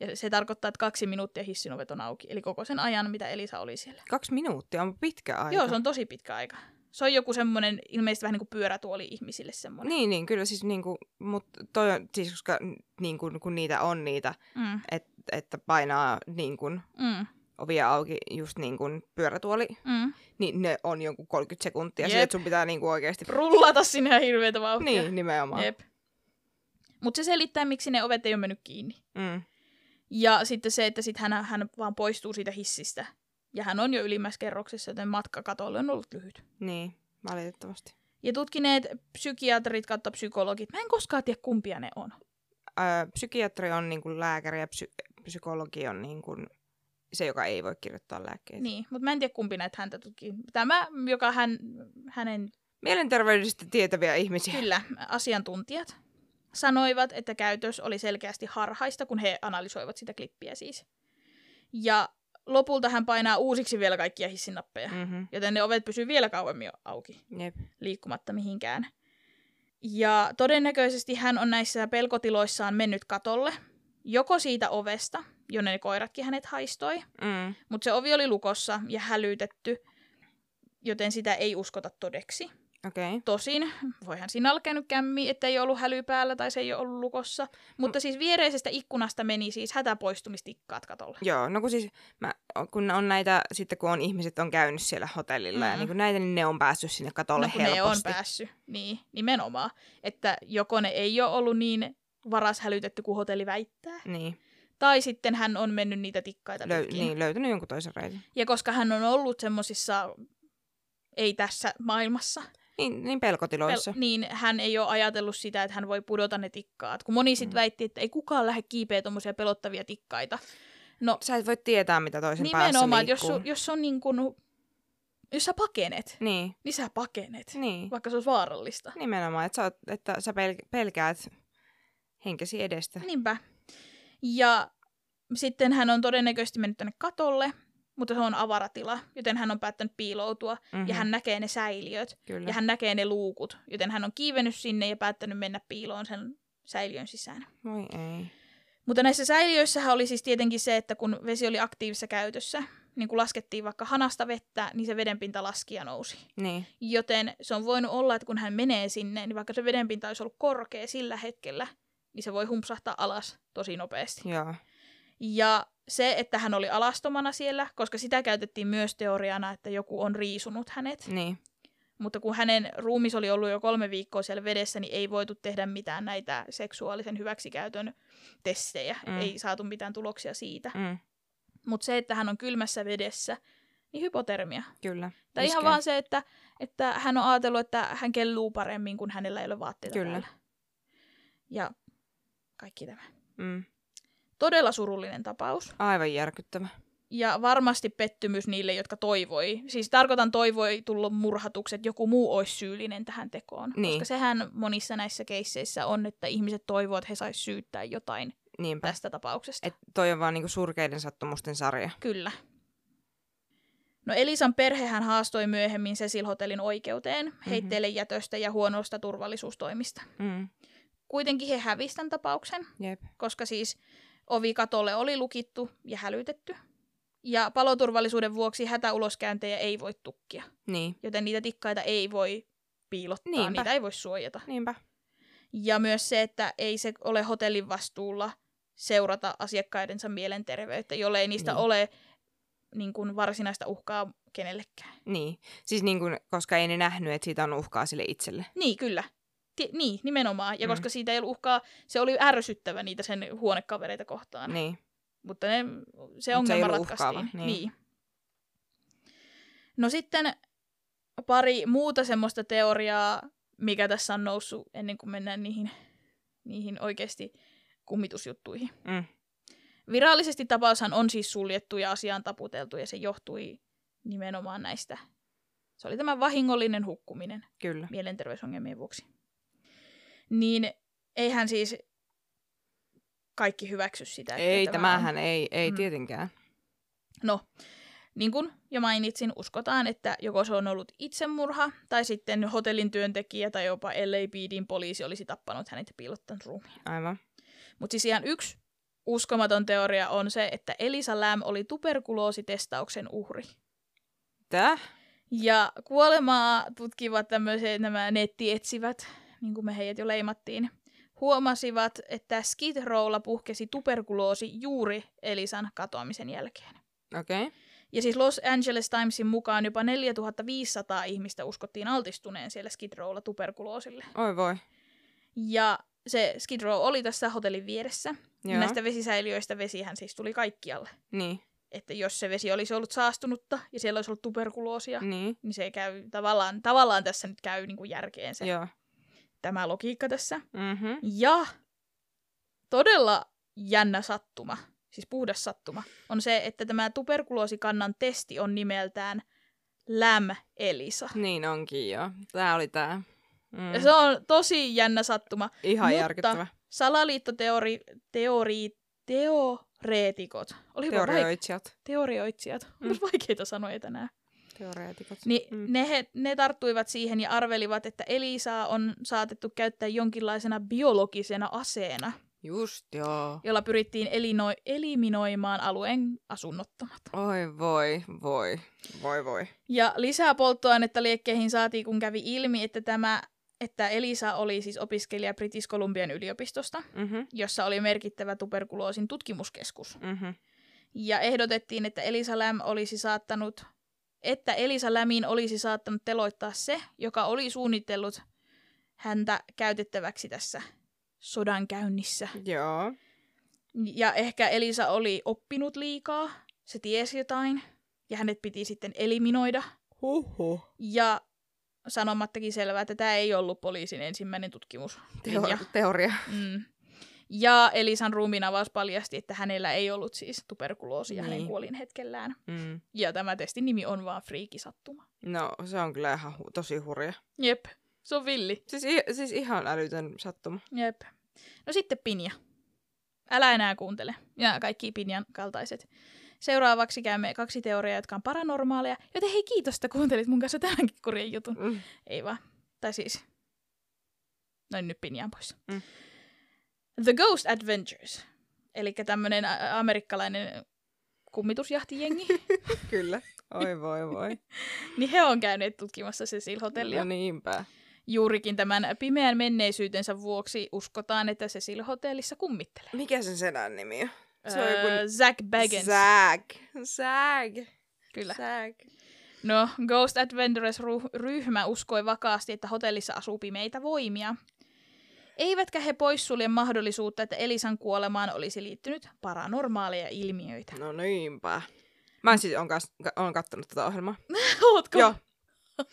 A: Ja se tarkoittaa, että kaksi minuuttia hissin ovet on auki, eli koko sen ajan, mitä Elisa oli siellä.
B: Kaksi minuuttia on pitkä aika.
A: Joo, se on tosi pitkä aika. Se on joku semmoinen, ilmeisesti vähän niin kuin pyörätuoli ihmisille semmoinen.
B: Niin, niin, kyllä siis niinku, mut toi on, siis koska n- niinku, kun niitä on niitä,
A: Mm,
B: et, että painaa niinku,
A: mm,
B: ovia auki just niinku pyörätuoli,
A: mm.
B: niin ne on jonkun 30 sekuntia.
A: Jep.
B: Jep. että sun pitää niinku oikeasti...
A: Rullata sinne ihan hirveätä vauhtia.
B: Niin, nimenomaan.
A: Jep. Mutta se selittää, miksi ne ovet ei ole mennyt kiinni.
B: Mm.
A: Ja sitten se, että sit hän, hän vaan poistuu siitä hissistä. Ja hän on jo ylimmässä kerroksessa, joten matka katolle on ollut lyhyt.
B: Niin, valitettavasti.
A: Ja tutkineet psykiatrit kautta psykologit, mä en koskaan tiedä kumpia ne on.
B: Ää, psykiatri on niin kuin lääkäri ja psy- psykologi on niin kuin se, joka ei voi kirjoittaa lääkkeitä.
A: Niin, mutta mä en tiedä kumpi näitä häntä tutkii. Tämä, joka hän, hänen,
B: Mielenterveydestä tietäviä ihmisiä.
A: kyllä, asiantuntijat sanoivat, että käytös oli selkeästi harhaista, kun he analysoivat sitä klippiä siis. Ja lopulta hän painaa uusiksi vielä kaikkia hissinappeja, mm.
B: Mm-hmm.
A: joten ne ovet pysyy vielä kauemmin auki,
B: Jep.
A: liikkumatta mihinkään. Ja todennäköisesti hän on näissä pelkotiloissaan mennyt katolle, joko siitä ovesta, jonne ne koiratkin hänet haistoi,
B: Mm.
A: mutta se ovi oli lukossa ja hälytetty, joten sitä ei uskota todeksi.
B: Okei. Okay.
A: Tosin, voihan siinä olla käynyt kämmi, että ei ollut häly päällä tai se ei ole ollut lukossa. Mutta siis viereisestä ikkunasta meni siis hätäpoistumistikkaat katolle.
B: Joo, no kun siis mä, kun on näitä, sitten kun on ihmiset on käynyt siellä hotellilla mm. ja
A: Mm.
B: niin kuin näitä, niin ne on päässyt sinne katolle
A: No kun ne on
B: helposti.
A: päässyt, niin nimenomaan. Että joko ne ei ole ollut niin varas hälytetty kuin hotelli väittää,
B: niin,
A: tai sitten hän on mennyt niitä tikkaita
B: löy-
A: pitkin.
B: niin, löytänyt jonkun toisen reitin.
A: Ja koska hän on ollut semmoisissa ei tässä maailmassa,
B: Niin, niin pelkotiloissa.
A: Pel- niin hän ei ole ajatellut sitä, että hän voi pudota ne tikkaat. Kun moni sitten
B: Mm.
A: väitti, että ei kukaan lähde kiipeä tuommoisia pelottavia tikkaita. No
B: Sä et voi tietää, mitä toisen
A: nimenomaan, että
B: päässä
A: jos,
B: liikkuu.
A: su, jos se on niin kuin, jos sä pakenet,
B: Niin,
A: niin sä pakenet,
B: niin.
A: vaikka se olisi vaarallista.
B: Nimenomaan, että sä, oot, että sä pel- pelkäät henkesi edestä.
A: Niinpä. Ja sitten hän on todennäköisesti mennyt tänne katolle, mutta se on avaratila, joten hän on päättänyt piiloutua.
B: Mm-hmm.
A: Ja hän näkee ne säiliöt,
B: Kyllä.
A: ja hän näkee ne luukut, joten hän on kiivennyt sinne ja päättänyt mennä piiloon sen säiliön sisään.
B: Voi ei.
A: Mutta näissä säiliöissähän oli siis tietenkin se, että kun vesi oli aktiivisessa käytössä, niin kun laskettiin vaikka hanasta vettä, niin se vedenpinta laski ja nousi.
B: Niin,
A: Joten se on voinut olla, että kun hän menee sinne, niin vaikka se vedenpinta olisi ollut korkea sillä hetkellä, niin se voi humpsahtaa alas tosi nopeasti.
B: joo.
A: Ja se, että hän oli alastomana siellä, koska sitä käytettiin myös teoriana, että joku on riisunut hänet.
B: Niin,
A: Mutta kun hänen ruumis oli ollut jo kolme viikkoa siellä vedessä, niin ei voitu tehdä mitään näitä seksuaalisen hyväksikäytön testejä.
B: Mm.
A: Mm. Ei saatu mitään tuloksia siitä. Mm.
B: Mm,
A: Mutta se, että hän on kylmässä vedessä, niin hypotermia.
B: kyllä.
A: Tai ihan
B: Iskee.
A: vaan se, että, että hän on ajatellut, että hän kelluu paremmin, kun hänellä ei ole vaatteita
B: Kyllä.
A: päällä. Ja kaikki tämä.
B: Mm,
A: Todella surullinen tapaus.
B: aivan järkyttävä.
A: Ja varmasti pettymys niille, jotka toivoi. Siis tarkoitan toivoi tullut murhatukset, että joku muu olisi syyllinen tähän tekoon.
B: Niin.
A: Koska sehän monissa näissä keisseissä on, että ihmiset toivovat, että he saisivat syyttää jotain
B: Niinpä.
A: tästä tapauksesta.
B: Et toi on vaan niinku surkeiden sattumusten sarja.
A: Kyllä. No Elisan perhehän haastoi myöhemmin Cecil Hotelin oikeuteen
B: Mhm.
A: heitteille jätöstä ja huonosta turvallisuustoimista.
B: Mm,
A: Kuitenkin he hävisi tämän tapauksen,
B: jep.
A: koska siis ovi katolle oli lukittu ja hälytetty. Ja paloturvallisuuden vuoksi hätäuloskäyntejä ei voi tukkia,
B: Niin.
A: joten niitä tikkaita ei voi piilottaa,
B: Niinpä.
A: Niinpä. niitä ei voi suojata.
B: Niinpä.
A: Ja myös se, että ei se ole hotellin vastuulla seurata asiakkaidensa mielenterveyttä, jollei niistä
B: Niin.
A: niin. ole niin kuin varsinaista uhkaa kenellekään.
B: Niin. Siis niinku, koska ei ne nähnyt, että siitä on uhkaa sille itselle.
A: Niin, kyllä. Ti- niin, nimenomaan. Ja
B: Mm.
A: mm. koska siitä ei ollut uhkaa, se oli ärsyttävä niitä sen huonekavereita kohtaan.
B: Niin.
A: Mutta ne, se
B: Mut se ei
A: ongelma
B: ollut
A: ratkaistiin.
B: uhkaava,
A: niin.
B: niin.
A: niin. No sitten pari muuta semmoista teoriaa, mikä tässä on noussut ennen kuin mennään niihin, niihin oikeasti kummitusjuttuihin.
B: Mm.
A: Virallisesti tapaushan on siis suljettu ja asiaan taputeltu ja se johtui nimenomaan näistä. Se oli tämä vahingollinen hukkuminen
B: Kyllä.
A: mielenterveysongelmien vuoksi. Niin eihän siis kaikki hyväksy sitä. että
B: Ei,
A: tämä on-
B: tämähän ei, ei
A: Mm.
B: tietenkään.
A: No, niin kuin jo mainitsin, uskotaan, että joko se on ollut itsemurha, tai sitten hotellin työntekijä tai jopa LAPDin poliisi olisi tappanut hänet ja piilottanut ruumiin.
B: Aivan.
A: Mutta siis ihan yksi uskomaton teoria on se, että Elisa Lam oli tuberkuloositestauksen uhri.
B: Tää?
A: Ja kuolemaa tutkivat tämmöiset nämä nettietsivät, niin kuin me heidät jo leimattiin, huomasivat, että Skid Rowlla puhkesi tuberkuloosi juuri Elisan katoamisen jälkeen.
B: Okei. Okay.
A: Ja siis Los Angeles Timesin mukaan jopa 4500 ihmistä uskottiin altistuneen siellä Skid Rowlla tuberkuloosille.
B: Oi voi.
A: Ja se Skid Row oli tässä hotellin vieressä.
B: Joo.
A: Joo. Näistä vesisäiliöistä vesihän siis tuli kaikkialle.
B: Niin.
A: Että jos se vesi olisi ollut saastunutta ja siellä olisi ollut tuberkuloosia, mm.
B: Niin.
A: niin se käy tavallaan, tavallaan tässä nyt käy niin kuin järkeen se,
B: Joo.
A: tämä logiikka tässä.
B: Mhm.
A: Ja todella jännä sattuma, siis puhdas sattuma, on se, että tämä tuberkuloosikannan testi on nimeltään Läm Elisa.
B: Niin onkin joo. Tää oli tää. Mm.
A: Ja se on tosi jännä sattuma.
B: Ihan
A: mutta-
B: järkyttävä.
A: Salaliittoteori, teori, teoreetikot. Olipa vaik-
B: Teorioitsijat.
A: teorioitsijat. Mm. vaikeita sanoja tänään.
B: Teoreetikot.
A: Niin
B: Mm.
A: mm. ne, he, ne tarttuivat siihen ja arvelivat, että Elisaa on saatettu käyttää jonkinlaisena biologisena aseena,
B: Just joo.
A: jolla pyrittiin elino- eliminoimaan alueen asunnottomat.
B: Oi voi, voi, voi voi.
A: Ja lisää polttoainetta liekkeihin saatiin, kun kävi ilmi, että tämä että Elisa oli siis opiskelija British Columbian yliopistosta,
B: Mhm,
A: jossa oli merkittävä tuberkuloosin tutkimuskeskus.
B: mhm,
A: Ja ehdotettiin, että Elisa Läm olisi saattanut, että Elisa Lämiin olisi saattanut teloittaa se, joka oli suunnitellut häntä käytettäväksi tässä sodan käynnissä.
B: joo.
A: Ja ehkä Elisa oli oppinut liikaa, se tiesi jotain, ja hänet piti sitten eliminoida.
B: Huhu.
A: Ja sanomattakin selvää, että tämä ei ollut poliisin ensimmäinen tutkimus.
B: Teor- teoria.
A: Mm. Ja Elisan ruumiinavaus paljasti, että hänellä ei ollut siis tuberkuloosia niin. hänen
B: Niin.
A: kuolinhetkellään.
B: Mm.
A: Ja tämä testin nimi on vaan friikisattuma.
B: No, se on kyllä ihan hu- tosi hurja.
A: Jep, se on villi.
B: Siis, i- siis ihan älytön sattuma.
A: Jep. No sitten Pinja. Älä enää kuuntele. Ja kaikki Pinjan kaltaiset. Seuraavaksi käymme kaksi teoriaa, jotka on paranormaaleja. Joten hei kiitos, että kuuntelit mun kanssa tämänkin kurjan jutun.
B: Mm.
A: Ei vaan. Tai siis... Noin nyt Pinjaan pois.
B: Mm.
A: The Ghost Adventures. Eli tämmönen ä, amerikkalainen kummitusjahtijengi.
B: Kyllä. Oi voi voi.
A: niin he on käyneet tutkimassa Cecil Hotellia.
B: No niinpä.
A: Juurikin tämän pimeän menneisyytensä vuoksi uskotaan, että se sillä hotellissa kummittelee.
B: Mikä sen senän nimi on? Se on
A: Öö,
B: joku
A: Zack Baggins,
B: Zag. Zag.
A: kyllä.
B: Zag.
A: No, Ghost Adventures-ryhmä uskoi vakaasti, että hotellissa asuu pimeitä voimia. Eivätkä he poissulje mahdollisuutta, että Elisan kuolemaan olisi liittynyt paranormaaleja ilmiöitä.
B: No niinpä. Mä siis on, kas, on kattonut tätä ohjelmaa.
A: Ootko?
B: Joo.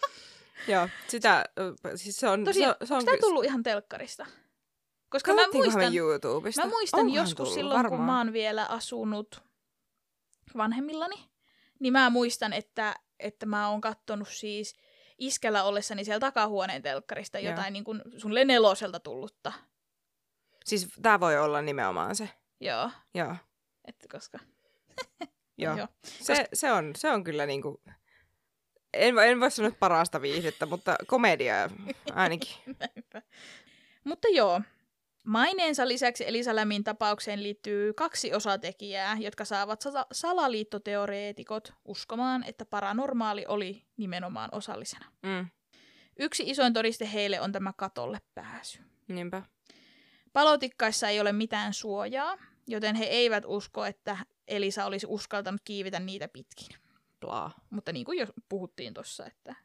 B: Joo, sitä, ö, siis se on...
A: Tosiaan,
B: se, se on
A: Onko tämä
B: ky-
A: tullut ihan telkkarista? Koska mä
B: Katsottiinkohan
A: muistan,
B: me YouTubesta.
A: mä muistan
B: Onkohan
A: joskus
B: tullut?
A: silloin,
B: Varmaan.
A: kun mä oon vielä asunut vanhemmillani, niin mä muistan, että, että mä oon kattonut siis iskällä ollessani siellä takahuoneen telkkarista
B: Joo.
A: jotain niin kuin sun neloselta tullutta.
B: Siis tää voi olla nimenomaan se.
A: Joo,
B: Joo.
A: että koska.
B: Joo.
A: Joo.
B: Se, se, on, se on kyllä niinku... En, en voi sanoa että parasta viihdettä, mutta komedia ainakin.
A: Mutta joo, maineensa lisäksi Elisalämin tapaukseen liittyy kaksi osatekijää, jotka saavat sa- salaliittoteoreetikot uskomaan, että paranormaali oli nimenomaan osallisena.
B: Mm.
A: Yksi isoin todiste heille on tämä katolle pääsy.
B: Niinpä.
A: Palotikkaissa ei ole mitään suojaa, joten he eivät usko, että Elisa olisi uskaltanut kiivetä niitä pitkin.
B: Blaa.
A: Mutta niin kuin jo puhuttiin tuossa, että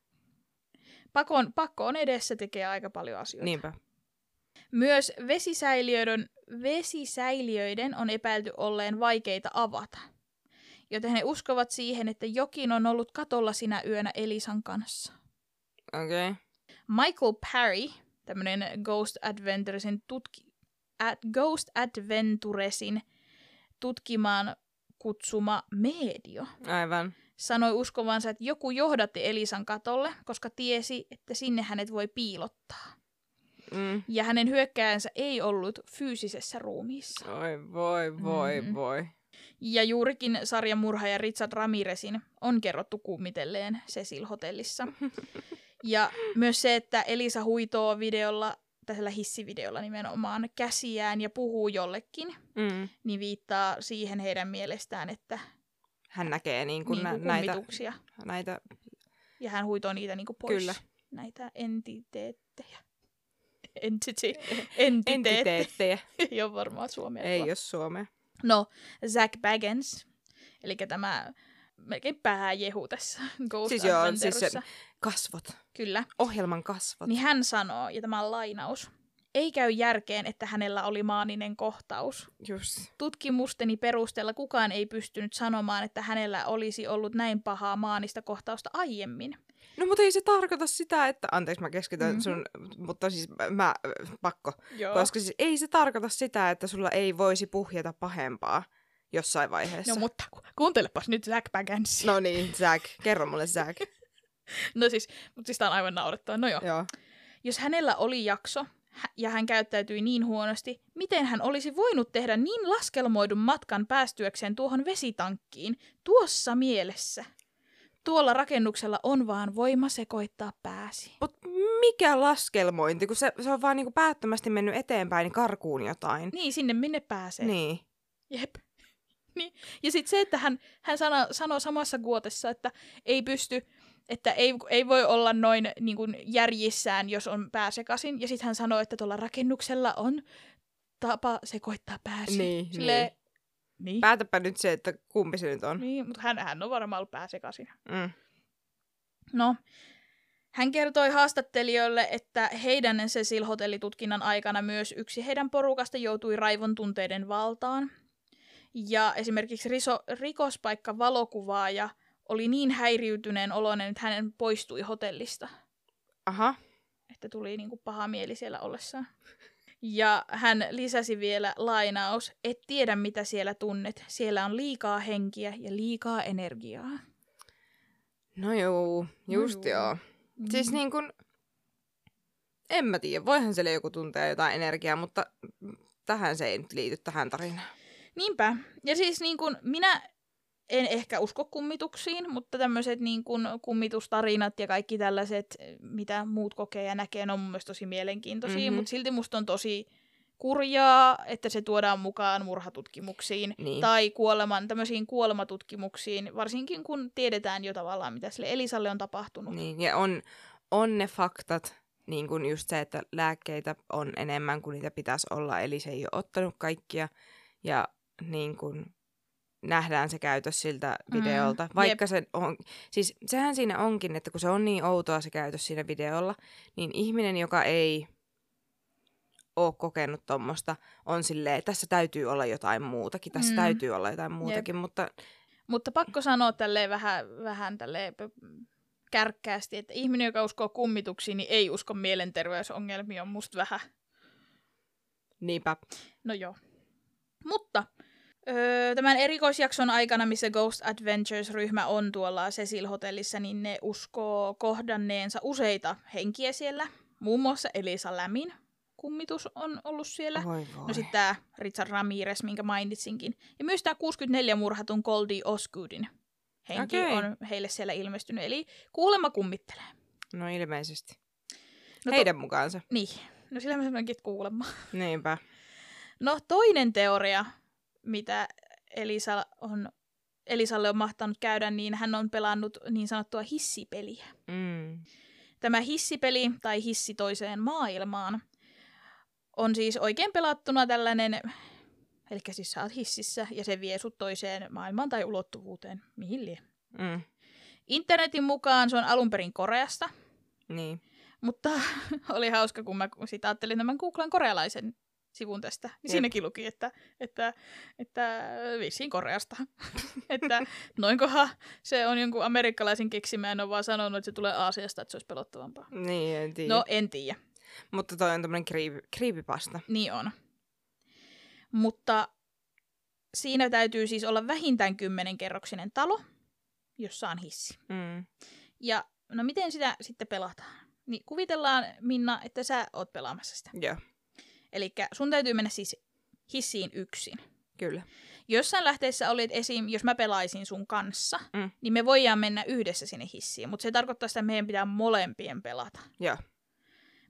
A: pakon, pakko on edessä tekee aika paljon asioita.
B: Niinpä.
A: Myös vesisäiliöiden, vesisäiliöiden on epäilty olleen vaikeita avata, joten he uskovat siihen, että jokin on ollut katolla sinä yönä Elisan kanssa.
B: Okei. Okay.
A: Michael Parry, tämmöinen Ghost Adventuresin, tutki, at, Ghost Adventuresin tutkimaan kutsuma medio,
B: Aivan.
A: sanoi uskovansa, että joku johdatti Elisan katolle, koska tiesi, että sinne hänet voi piilottaa.
B: Mm.
A: Ja hänen hyökkäänsä ei ollut fyysisessä ruumiissa.
B: Oi voi, voi,
A: Mm.
B: mm. voi.
A: Ja juurikin sarjamurhaaja Richard Ramirezin on kerrottu kummitelleen Cecil Hotellissa. Ja myös se, että Elisa huitoo videolla, tällä hissivideolla nimenomaan, käsiään ja puhuu jollekin,
B: Mm.
A: niin viittaa siihen heidän mielestään, että
B: Hän näkee niin kuin
A: niin
B: nä-
A: kuin
B: näitä,
A: kummituksia.
B: näitä
A: Ja hän huitoo niitä niin kuin pois.
B: Kyllä.
A: Näitä entiteettejä. Entity. Entiteettejä.
B: entiteettejä.
A: Ei ole varmaan suomea.
B: Ei
A: tuo.
B: jos Suomea.
A: No, Zach Baggins, eli tämä melkein pääjehu tässä Ghost
B: Siis joo, siis se-
A: Adventureissa.
B: Kasvot.
A: Kyllä.
B: Ohjelman kasvot.
A: Niin hän sanoo, ja tämä on lainaus, ei käy järkeen, että hänellä oli maaninen kohtaus.
B: Just.
A: Tutkimusteni perusteella kukaan ei pystynyt sanomaan, että hänellä olisi ollut näin pahaa maanista kohtausta aiemmin.
B: No mutta ei se tarkoita sitä, että... Anteeksi, mä keskityn
A: Mhm.
B: mm-hmm. sun... Mutta siis mä- mä... äh, Pakko.
A: Joo.
B: Koska siis ei se tarkoita sitä, että sulla ei voisi puhjeta pahempaa jossain vaiheessa.
A: No mutta ku- kuuntelepas nyt Zach Baggins. No,
B: no niin, Zack. Kerro mulle, Zack.
A: no siis, mutta siis tää on aivan naurettava. No joo.
B: Joo.
A: Jos hänellä oli jakso hä- ja hän käyttäytyi niin huonosti, miten hän olisi voinut tehdä niin laskelmoidun matkan päästyäkseen tuohon vesitankkiin tuossa mielessä? Tuolla rakennuksella on vaan voima sekoittaa pääsi.
B: Mut mikä laskelmointi, kun se, se on vaan niinku päättömästi mennyt eteenpäin niin karkuun jotain.
A: Niin, sinne minne pääsee.
B: Niin.
A: Jep. Niin. Ja sitten se, että hän, hän sano, sanoo samassa kuotessa, että ei pysty, että ei, ei voi olla noin niin kuin järjissään, jos on pääsekasin. Ja sitten hän sanoo, että tuolla rakennuksella on tapa sekoittaa pääsi.
B: Niin,
A: Silleen, niin. Pä-
B: Päätäpä nyt se, että kumpi se nyt on.
A: niin mutta hän, hän on varmaan ollut pääsekasin.
B: Mm.
A: No, hän kertoi haastattelijoille, että heidän Cecil Hotellitutkinnan aikana myös yksi heidän porukasta joutui raivon tunteiden valtaan. Ja esimerkiksi riso, rikospaikka valokuvaaja oli niin häiriytyneen oloinen, että hänen poistui hotellista,
B: Aha.
A: että tuli niin kuin paha mieli siellä ollessaan. Ja hän lisäsi vielä lainaus, et tiedä mitä siellä tunnet, siellä on liikaa henkiä ja liikaa energiaa.
B: No joo, just
A: No
B: no
A: juu.
B: joo.
A: Mm.
B: Siis niin kun, en mä tiedä, voihan siellä joku tuntea jotain energiaa, mutta tähän se ei nyt liity tähän tarinaan.
A: Niinpä. Ja siis niin kuin minä en ehkä usko kummituksiin, mutta tämmöiset niin kuin kummitustarinat ja kaikki tällaiset, mitä muut kokee ja näkee, ne on mun mielestä tosi mielenkiintoisia, mm-hmm.
B: Mhm.
A: mutta silti musta on tosi kurjaa, että se tuodaan mukaan murhatutkimuksiin
B: Niin.
A: tai kuoleman, tämmöisiin kuolematutkimuksiin, varsinkin kun tiedetään jo tavallaan, mitä sille Elisalle on tapahtunut.
B: Niin, ja on, on ne faktat, niin kuin just se, että lääkkeitä on enemmän kuin niitä pitäisi olla, eli se ei ole ottanut kaikkia. Ja niin kuin, nähdään se käytös siltä
A: Mm,
B: videolta.
A: jep.
B: Vaikka se on, siis sehän siinä onkin, että kun se on niin outoa se käytös siinä videolla, niin ihminen, joka ei ole kokenut tuommoista, on silleen, tässä täytyy olla jotain muutakin, tässä
A: Mm.
B: täytyy olla jotain muutakin, mutta
A: Mutta pakko sanoa tälleen vähän, vähän tälleen p- kärkkäästi, että ihminen, joka uskoo kummituksiin, niin ei usko mielenterveysongelmiin, on musta vähän.
B: niinpä.
A: No joo. Mutta öö, tämän erikoisjakson aikana, missä Ghost Adventures-ryhmä on tuolla Cecil Hotellissa, niin ne uskoo kohdanneensa useita henkiä siellä. Muun muassa Elisa Lämin kummitus on ollut siellä.
B: Voi voi.
A: No sitten tämä Richard Ramirez, minkä mainitsinkin. Ja myös tämä 64 murhatun Goldie Osgoodin henki
B: Okei.
A: on heille siellä ilmestynyt. Eli kuulemma kummittelee.
B: no ilmeisesti.
A: No
B: No
A: to-
B: Heidän mukaansa.
A: Niin. No sillä mä sanoinkin, että kuulemma.
B: Niinpä.
A: No toinen teoria, mitä Elisa on, Elisalle on mahtanut käydä, niin hän on pelannut niin sanottua hissipeliä.
B: Mm.
A: Tämä hissipeli tai hissi toiseen maailmaan on siis oikein pelattuna tällainen, eli siis sä oot hississä ja se vie sut toiseen maailmaan tai ulottuvuuteen, mihin lie.
B: Mm.
A: Internetin mukaan se on alun perin Koreasta,
B: Niin.
A: mutta oli hauska, kun mä sitä ajattelin tämän Googlan korealaisen sivun tästä, niin
B: Jep.
A: siinäkin luki, että, että, että vissiin Koreasta. että noinkohan se on jonkun amerikkalaisen keksimä, en ole vaan sanonut, että se tulee Aasiasta, että se olisi pelottavampaa.
B: Niin, en tiedä.
A: No en tiedä,
B: Mutta toi on tämmönen creepy, creepypasta.
A: niin on. Mutta siinä täytyy siis olla vähintään kymmenenkerroksinen talo, jossa on hissi.
B: Mm.
A: Ja no miten sitä sitten pelataan? Niin kuvitellaan, Minna, että sä oot pelaamassa sitä.
B: Joo,
A: Eli sun täytyy mennä siis hissiin yksin.
B: kyllä.
A: Jossain lähteessä oli, että esim. jos mä pelaisin sun kanssa,
B: Mm.
A: niin me voidaan mennä yhdessä sinne hissiin, mutta se tarkoittaa sitä, että meidän pitää molempien pelata.
B: Joo.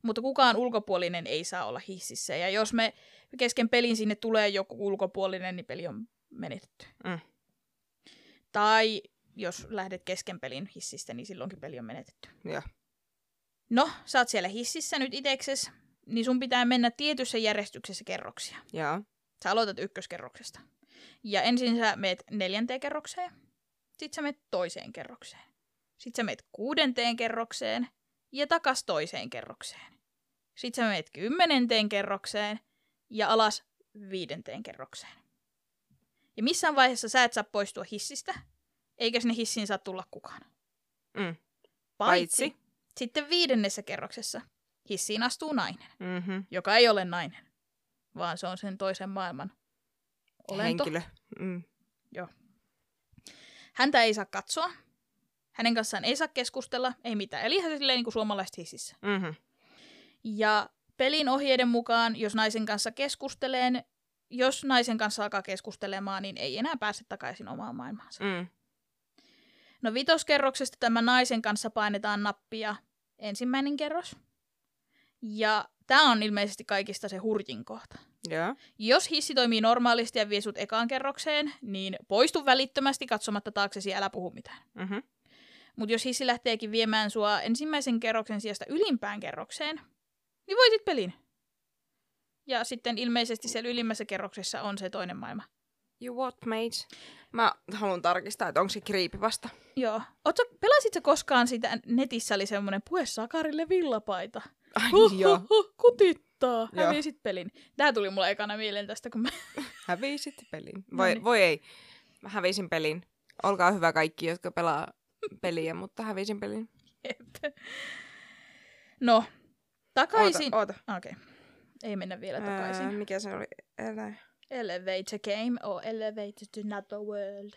A: Mutta kukaan ulkopuolinen ei saa olla hississä, ja jos me kesken pelin sinne tulee joku ulkopuolinen, niin peli on menetetty.
B: Mm.
A: Tai jos lähdet kesken pelin hissistä, niin silloinkin peli on menetetty.
B: Joo.
A: No, sä oot siellä hississä nyt itekses, niin sun pitää mennä tietyssä järjestyksessä kerroksia.
B: Joo.
A: Sä aloitat ykköskerroksesta. Ja ensin sä meet neljänteen kerrokseen, sit sä meet toiseen kerrokseen. Sit sä meet kuudenteen kerrokseen ja takas toiseen kerrokseen. Sit sä meet kymmenenteen kerrokseen ja alas viidenteen kerrokseen. Ja missään vaiheessa sä et saa poistua hissistä, eikä sinne hissiin saa tulla kukaan.
B: Mm.
A: Paitsi,
B: Paitsi.
A: sitten viidennessä kerroksessa hissiin astuu nainen,
B: Mm-hmm.
A: joka ei ole nainen, vaan se on sen toisen maailman olento.
B: Henkilö. Mm.
A: Häntä ei saa katsoa. Hänen kanssaan ei saa keskustella, ei mitään. Eli ihan silleen niin kuin suomalaiset hississä.
B: Mm-hmm.
A: Ja pelin ohjeiden mukaan, jos naisen kanssa keskustelee, jos naisen kanssa alkaa keskustelemaan, niin ei enää pääse takaisin omaan maailmaansa.
B: Mm.
A: No vitoskerroksesta tämän naisen kanssa painetaan nappia ensimmäinen kerros. Ja tämä on ilmeisesti kaikista se hurjin kohta.
B: Joo.
A: Jos hissi toimii normaalisti ja vie sut ekaan kerrokseen, niin poistu välittömästi katsomatta taaksesi, älä puhu mitään.
B: Mm-hmm.
A: Mutta jos hissi lähteekin viemään sua ensimmäisen kerroksen sijasta ylimpään kerrokseen, niin voitit pelin. Ja sitten ilmeisesti siellä ylimmässä kerroksessa on se toinen maailma.
B: You what, mate? Mä haluan tarkistaa, että onko se creepypasta.
A: Joo. Ootko, pelasit sä koskaan sitä, netissä oli semmonen pue Sakarille villapaita.
B: Ai
A: Huh, huh, kutittaa.
B: Joo.
A: Hävisit pelin. Tää tuli mulle ekana mieleen tästä, kun mä...
B: Hävisit pelin.
A: No
B: Voi,
A: niin.
B: voi ei. Mä hävisin pelin. Olkaa hyvä kaikki, jotka pelaa peliä, mutta hävisin pelin.
A: No, takaisin...
B: Oota, oota.
A: Okei. Okay. Ei mennä vielä takaisin.
B: Ää, mikä se oli? Älä.
A: Elevate a game or elevate to another world.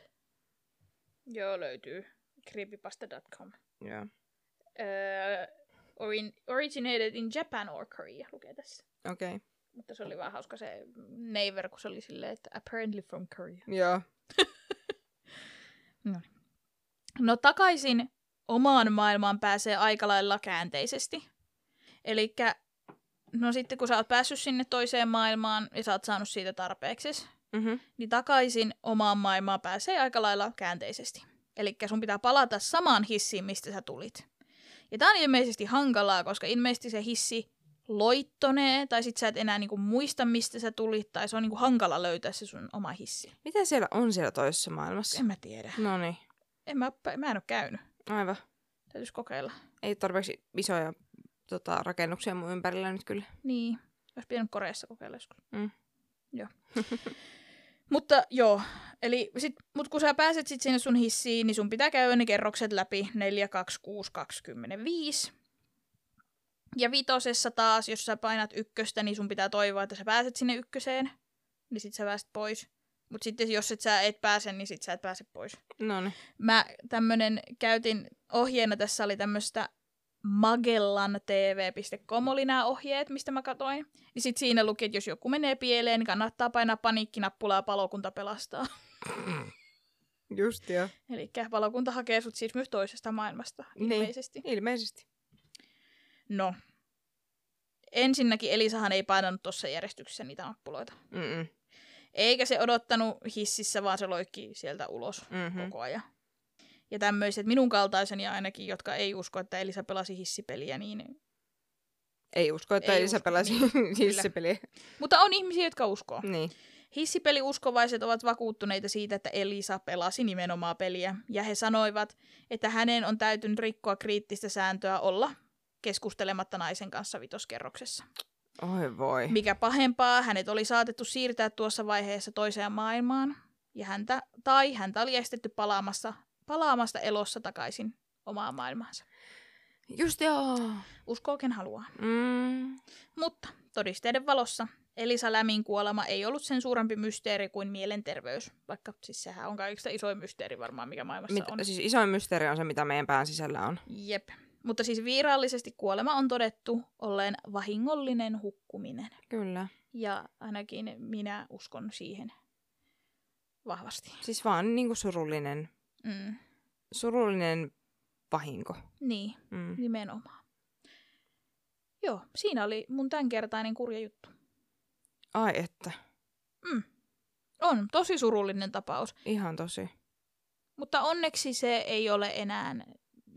A: Joo, löytyy. Creepypasta.com.
B: Joo.
A: Öö, orin, originated in Japan or Korea, lukee tässä.
B: Okei. Okay.
A: Mutta se oli vaan hauska se neighbor, kun se oli silleen, että apparently from Korea.
B: Joo.
A: No takaisin omaan maailmaan pääsee aika lailla käänteisesti. Eli no sitten kun sä oot päässyt sinne toiseen maailmaan ja sä oot saanut siitä tarpeeksi,
B: Mm-hmm.
A: niin takaisin omaan maailmaan pääsee aika lailla käänteisesti. Eli sun pitää palata samaan hissiin, mistä sä tulit. Ja tää on ilmeisesti hankalaa, koska ilmeisesti se hissi loittonee, tai sit sä et enää niinku muista, mistä sä tulit, tai se on niinku hankala löytää se sun oma hissi.
B: Mitä siellä on siellä toisessa maailmassa?
A: En mä tiedä.
B: No niin,
A: En mä, mä en ole käynyt.
B: aivan.
A: Täytyisi kokeilla.
B: Ei tarpeeksi isoja tota, rakennuksia mun ympärillä nyt kyllä.
A: Niin, olisi pitänyt Koreassa kokeilla joskus.
B: Mm.
A: Joo. Mutta joo, eli sit, mut kun sä pääset sit sinne sun hissiin, niin sun pitää käydä ne kerrokset läpi 4, 2, 6, 25. Ja vitosessa taas, jos sä painat ykköstä, niin sun pitää toivoa, että sä pääset sinne ykköseen, niin sit sä pääset pois. Mut sitten jos et sä et pääse, niin sit sä et pääse pois
B: No niin.
A: mä tämmönen käytin ohjeena, tässä oli tämmöistä magellantv.com oli nämä ohjeet, mistä mä katoin. Niin sit siinä luki, että jos joku menee pieleen, niin kannattaa painaa paniikkinappulaa ja palokunta pelastaa.
B: Just joo.
A: Eli palokunta hakee sut siis myös toisesta maailmasta
B: Niin.
A: ilmeisesti.
B: Ilmeisesti.
A: No. Ensinnäkin Elisahan ei painanut tuossa järjestyksessä niitä nappuloita.
B: Mm-mm.
A: Eikä se odottanut hississä, vaan se loikki sieltä ulos.
B: Mm-hmm.
A: koko ajan. Ja tämmöiset minun kaltaiseni ainakin, jotka ei usko, että Elisa pelasi hissipeliä, niin...
B: Ei usko, että
A: Ei
B: Elisa
A: usko,
B: pelasi hissipeliä.
A: Mutta on ihmisiä, jotka uskoo.
B: Niin.
A: Hissipeliuskovaiset ovat vakuuttuneita siitä, että Elisa pelasi nimenomaan peliä, ja he sanoivat, että hänen on täytynyt rikkoa kriittistä sääntöä olla keskustelematta naisen kanssa vitoskerroksessa.
B: Oi voi.
A: Mikä pahempaa, hänet oli saatettu siirtää tuossa vaiheessa toiseen maailmaan, ja häntä, tai häntä oli estetty palaamassa, palaamasta elossa takaisin omaan maailmaansa.
B: Just joo.
A: Uskoo, ken haluaa.
B: Mm.
A: Mutta todisteiden valossa Elisa Lämin kuolema ei ollut sen suurempi mysteeri kuin mielenterveys, vaikka siis sehän on kaikista isoin mysteeri varmaan, mikä maailmassa
B: Mit,
A: on.
B: siis isoin mysteeri on se, mitä meidän pään sisällä on.
A: Jep. Mutta siis virallisesti kuolema on todettu olleen vahingollinen hukkuminen.
B: Kyllä.
A: Ja ainakin minä uskon siihen vahvasti.
B: Siis vaan niin kuin surullinen,
A: Mm.
B: surullinen vahinko.
A: Niin,
B: Mm.
A: nimenomaan. Joo, siinä oli mun tämänkertainen kurja juttu.
B: Ai että,
A: On tosi surullinen tapaus.
B: ihan tosi.
A: Mutta onneksi se ei ole enää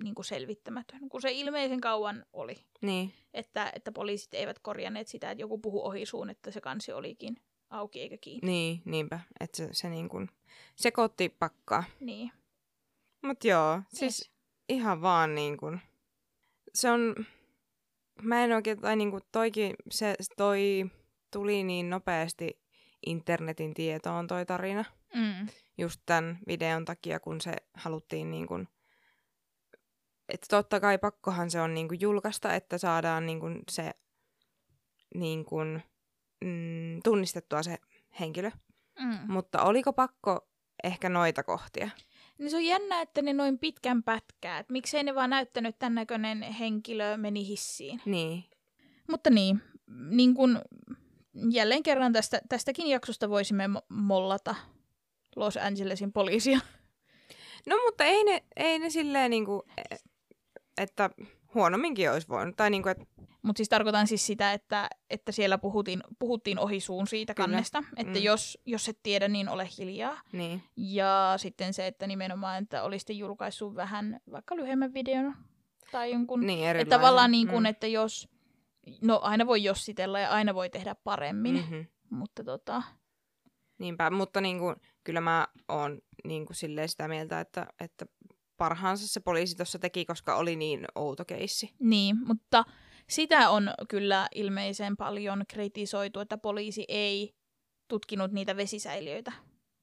A: niin kuin selvittämätön, kun se ilmeisen kauan oli.
B: Niin,
A: Että, että poliisit eivät korjanneet sitä, että joku puhu ohi suun, että se kansi olikin auki eikä kiinni.
B: niin niinpä, että se, se niin kuin sekoitti pakkaa.
A: Niin.
B: Mut joo, siis
A: Yes.
B: ihan vaan niin kuin, se on, mä en oikein, tai niin kuin toikin, se toi tuli niin nopeasti internetin tietoon toi tarina.
A: Mm.
B: just tämän videon takia, kun se haluttiin niin kuin, että totta kai pakkohan se on niin kuin julkaista, että saadaan niin kuin se niin kuin, mm, tunnistettua se henkilö.
A: Mm.
B: Mutta oliko pakko ehkä noita kohtia?
A: Niin se on jännä, että ne noin pitkän pätkää. Että miksei ne vaan näyttänyt, että tämän näköinen henkilö meni hissiin.
B: Niin,
A: Mutta niin, niin kun jälleen kerran tästä, tästäkin jaksosta voisimme mo- mollata Los Angelesin poliisia.
B: No mutta ei ne, ei ne silleen niinku, e- että huonomminkin olisi voinut. Tai niinku, että
A: Mutta siis tarkoitan siis sitä, että, että siellä puhuttiin, puhuttiin ohi suun siitä
B: Kyllä.
A: kannesta, että
B: Mm.
A: mm. jos, jos et tiedä, niin ole hiljaa.
B: niin,
A: Ja sitten se, että nimenomaan, että olisitte julkaissut vähän vaikka lyhyemmän videon tai jonkun. Niin,
B: niin
A: että tavallaan niin kuin,
B: Mm.
A: mm. että jos, no aina voi jossitella ja aina voi tehdä paremmin, mm.
B: Mhm.
A: mutta tota,
B: Niinpä, mutta niin kuin, kyllä mä oon niin kuin silleen sitä mieltä, että, että parhaansa se poliisi tuossa teki, koska oli niin outo keissi.
A: niin, mutta sitä on kyllä ilmeisen paljon kritisoitu, että poliisi ei tutkinut niitä vesisäiliöitä,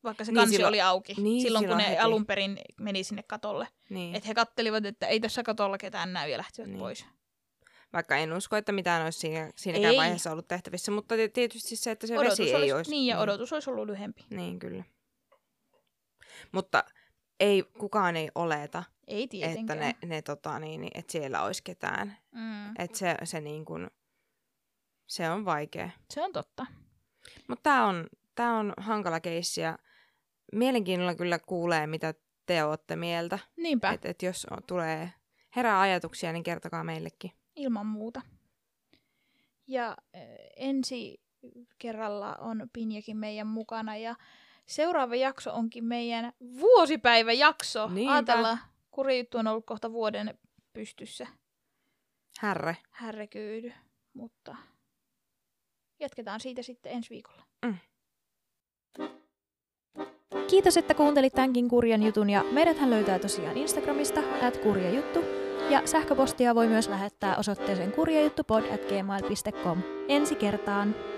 A: vaikka se
B: Niin,
A: kansi
B: silloin-
A: oli auki
B: niin,
A: silloin, kun
B: silloin
A: ne
B: heti.
A: alun perin meni sinne katolle.
B: Niin. Et...
A: Että he kattelivat, että ei tässä katolla ketään näy ja lähtivät
B: Niin.
A: niin. pois.
B: Vaikka en usko, että mitään olisi siinä, siinäkään
A: Ei.
B: vaiheessa ollut tehtävissä, mutta ti- tietysti se, että se
A: Odotus
B: vesi
A: olisi,
B: ei olisi. Mm.
A: Niin, ja odotus olisi ollut lyhempi.
B: Niin, kyllä. Mutta ei, kukaan ei oleta,
A: Ei tietenkään.
B: että, ne, ne, tota, niin, niin, että siellä olisi ketään.
A: Mm.
B: Että se, se, niin kuin, se on vaikea.
A: Se on totta.
B: Mutta tämä on, tää on hankala keissi ja mielenkiinnolla kyllä kuulee, mitä te olette mieltä.
A: Niinpä, et...
B: Että et jos on, tulee herää ajatuksia, niin kertokaa meillekin.
A: ilman muuta. Ja äh, ensi kerralla on Pinjakin meidän mukana ja seuraava jakso onkin meidän vuosipäiväjakso.
B: Niinpä.
A: Ajatellaan, kurjuttu on ollut kohta vuoden pystyssä.
B: Härre.
A: Härrekyydy. Mutta jatketaan siitä sitten ensi viikolla.
C: Kiitos, että kuuntelit tämänkin kurjan jutun ja meidäthän löytää tosiaan Instagramista at kurjajuttu ja sähköpostia voi myös lähettää osoitteeseen kurjajuttupod at gmail.com. Ensi kertaan!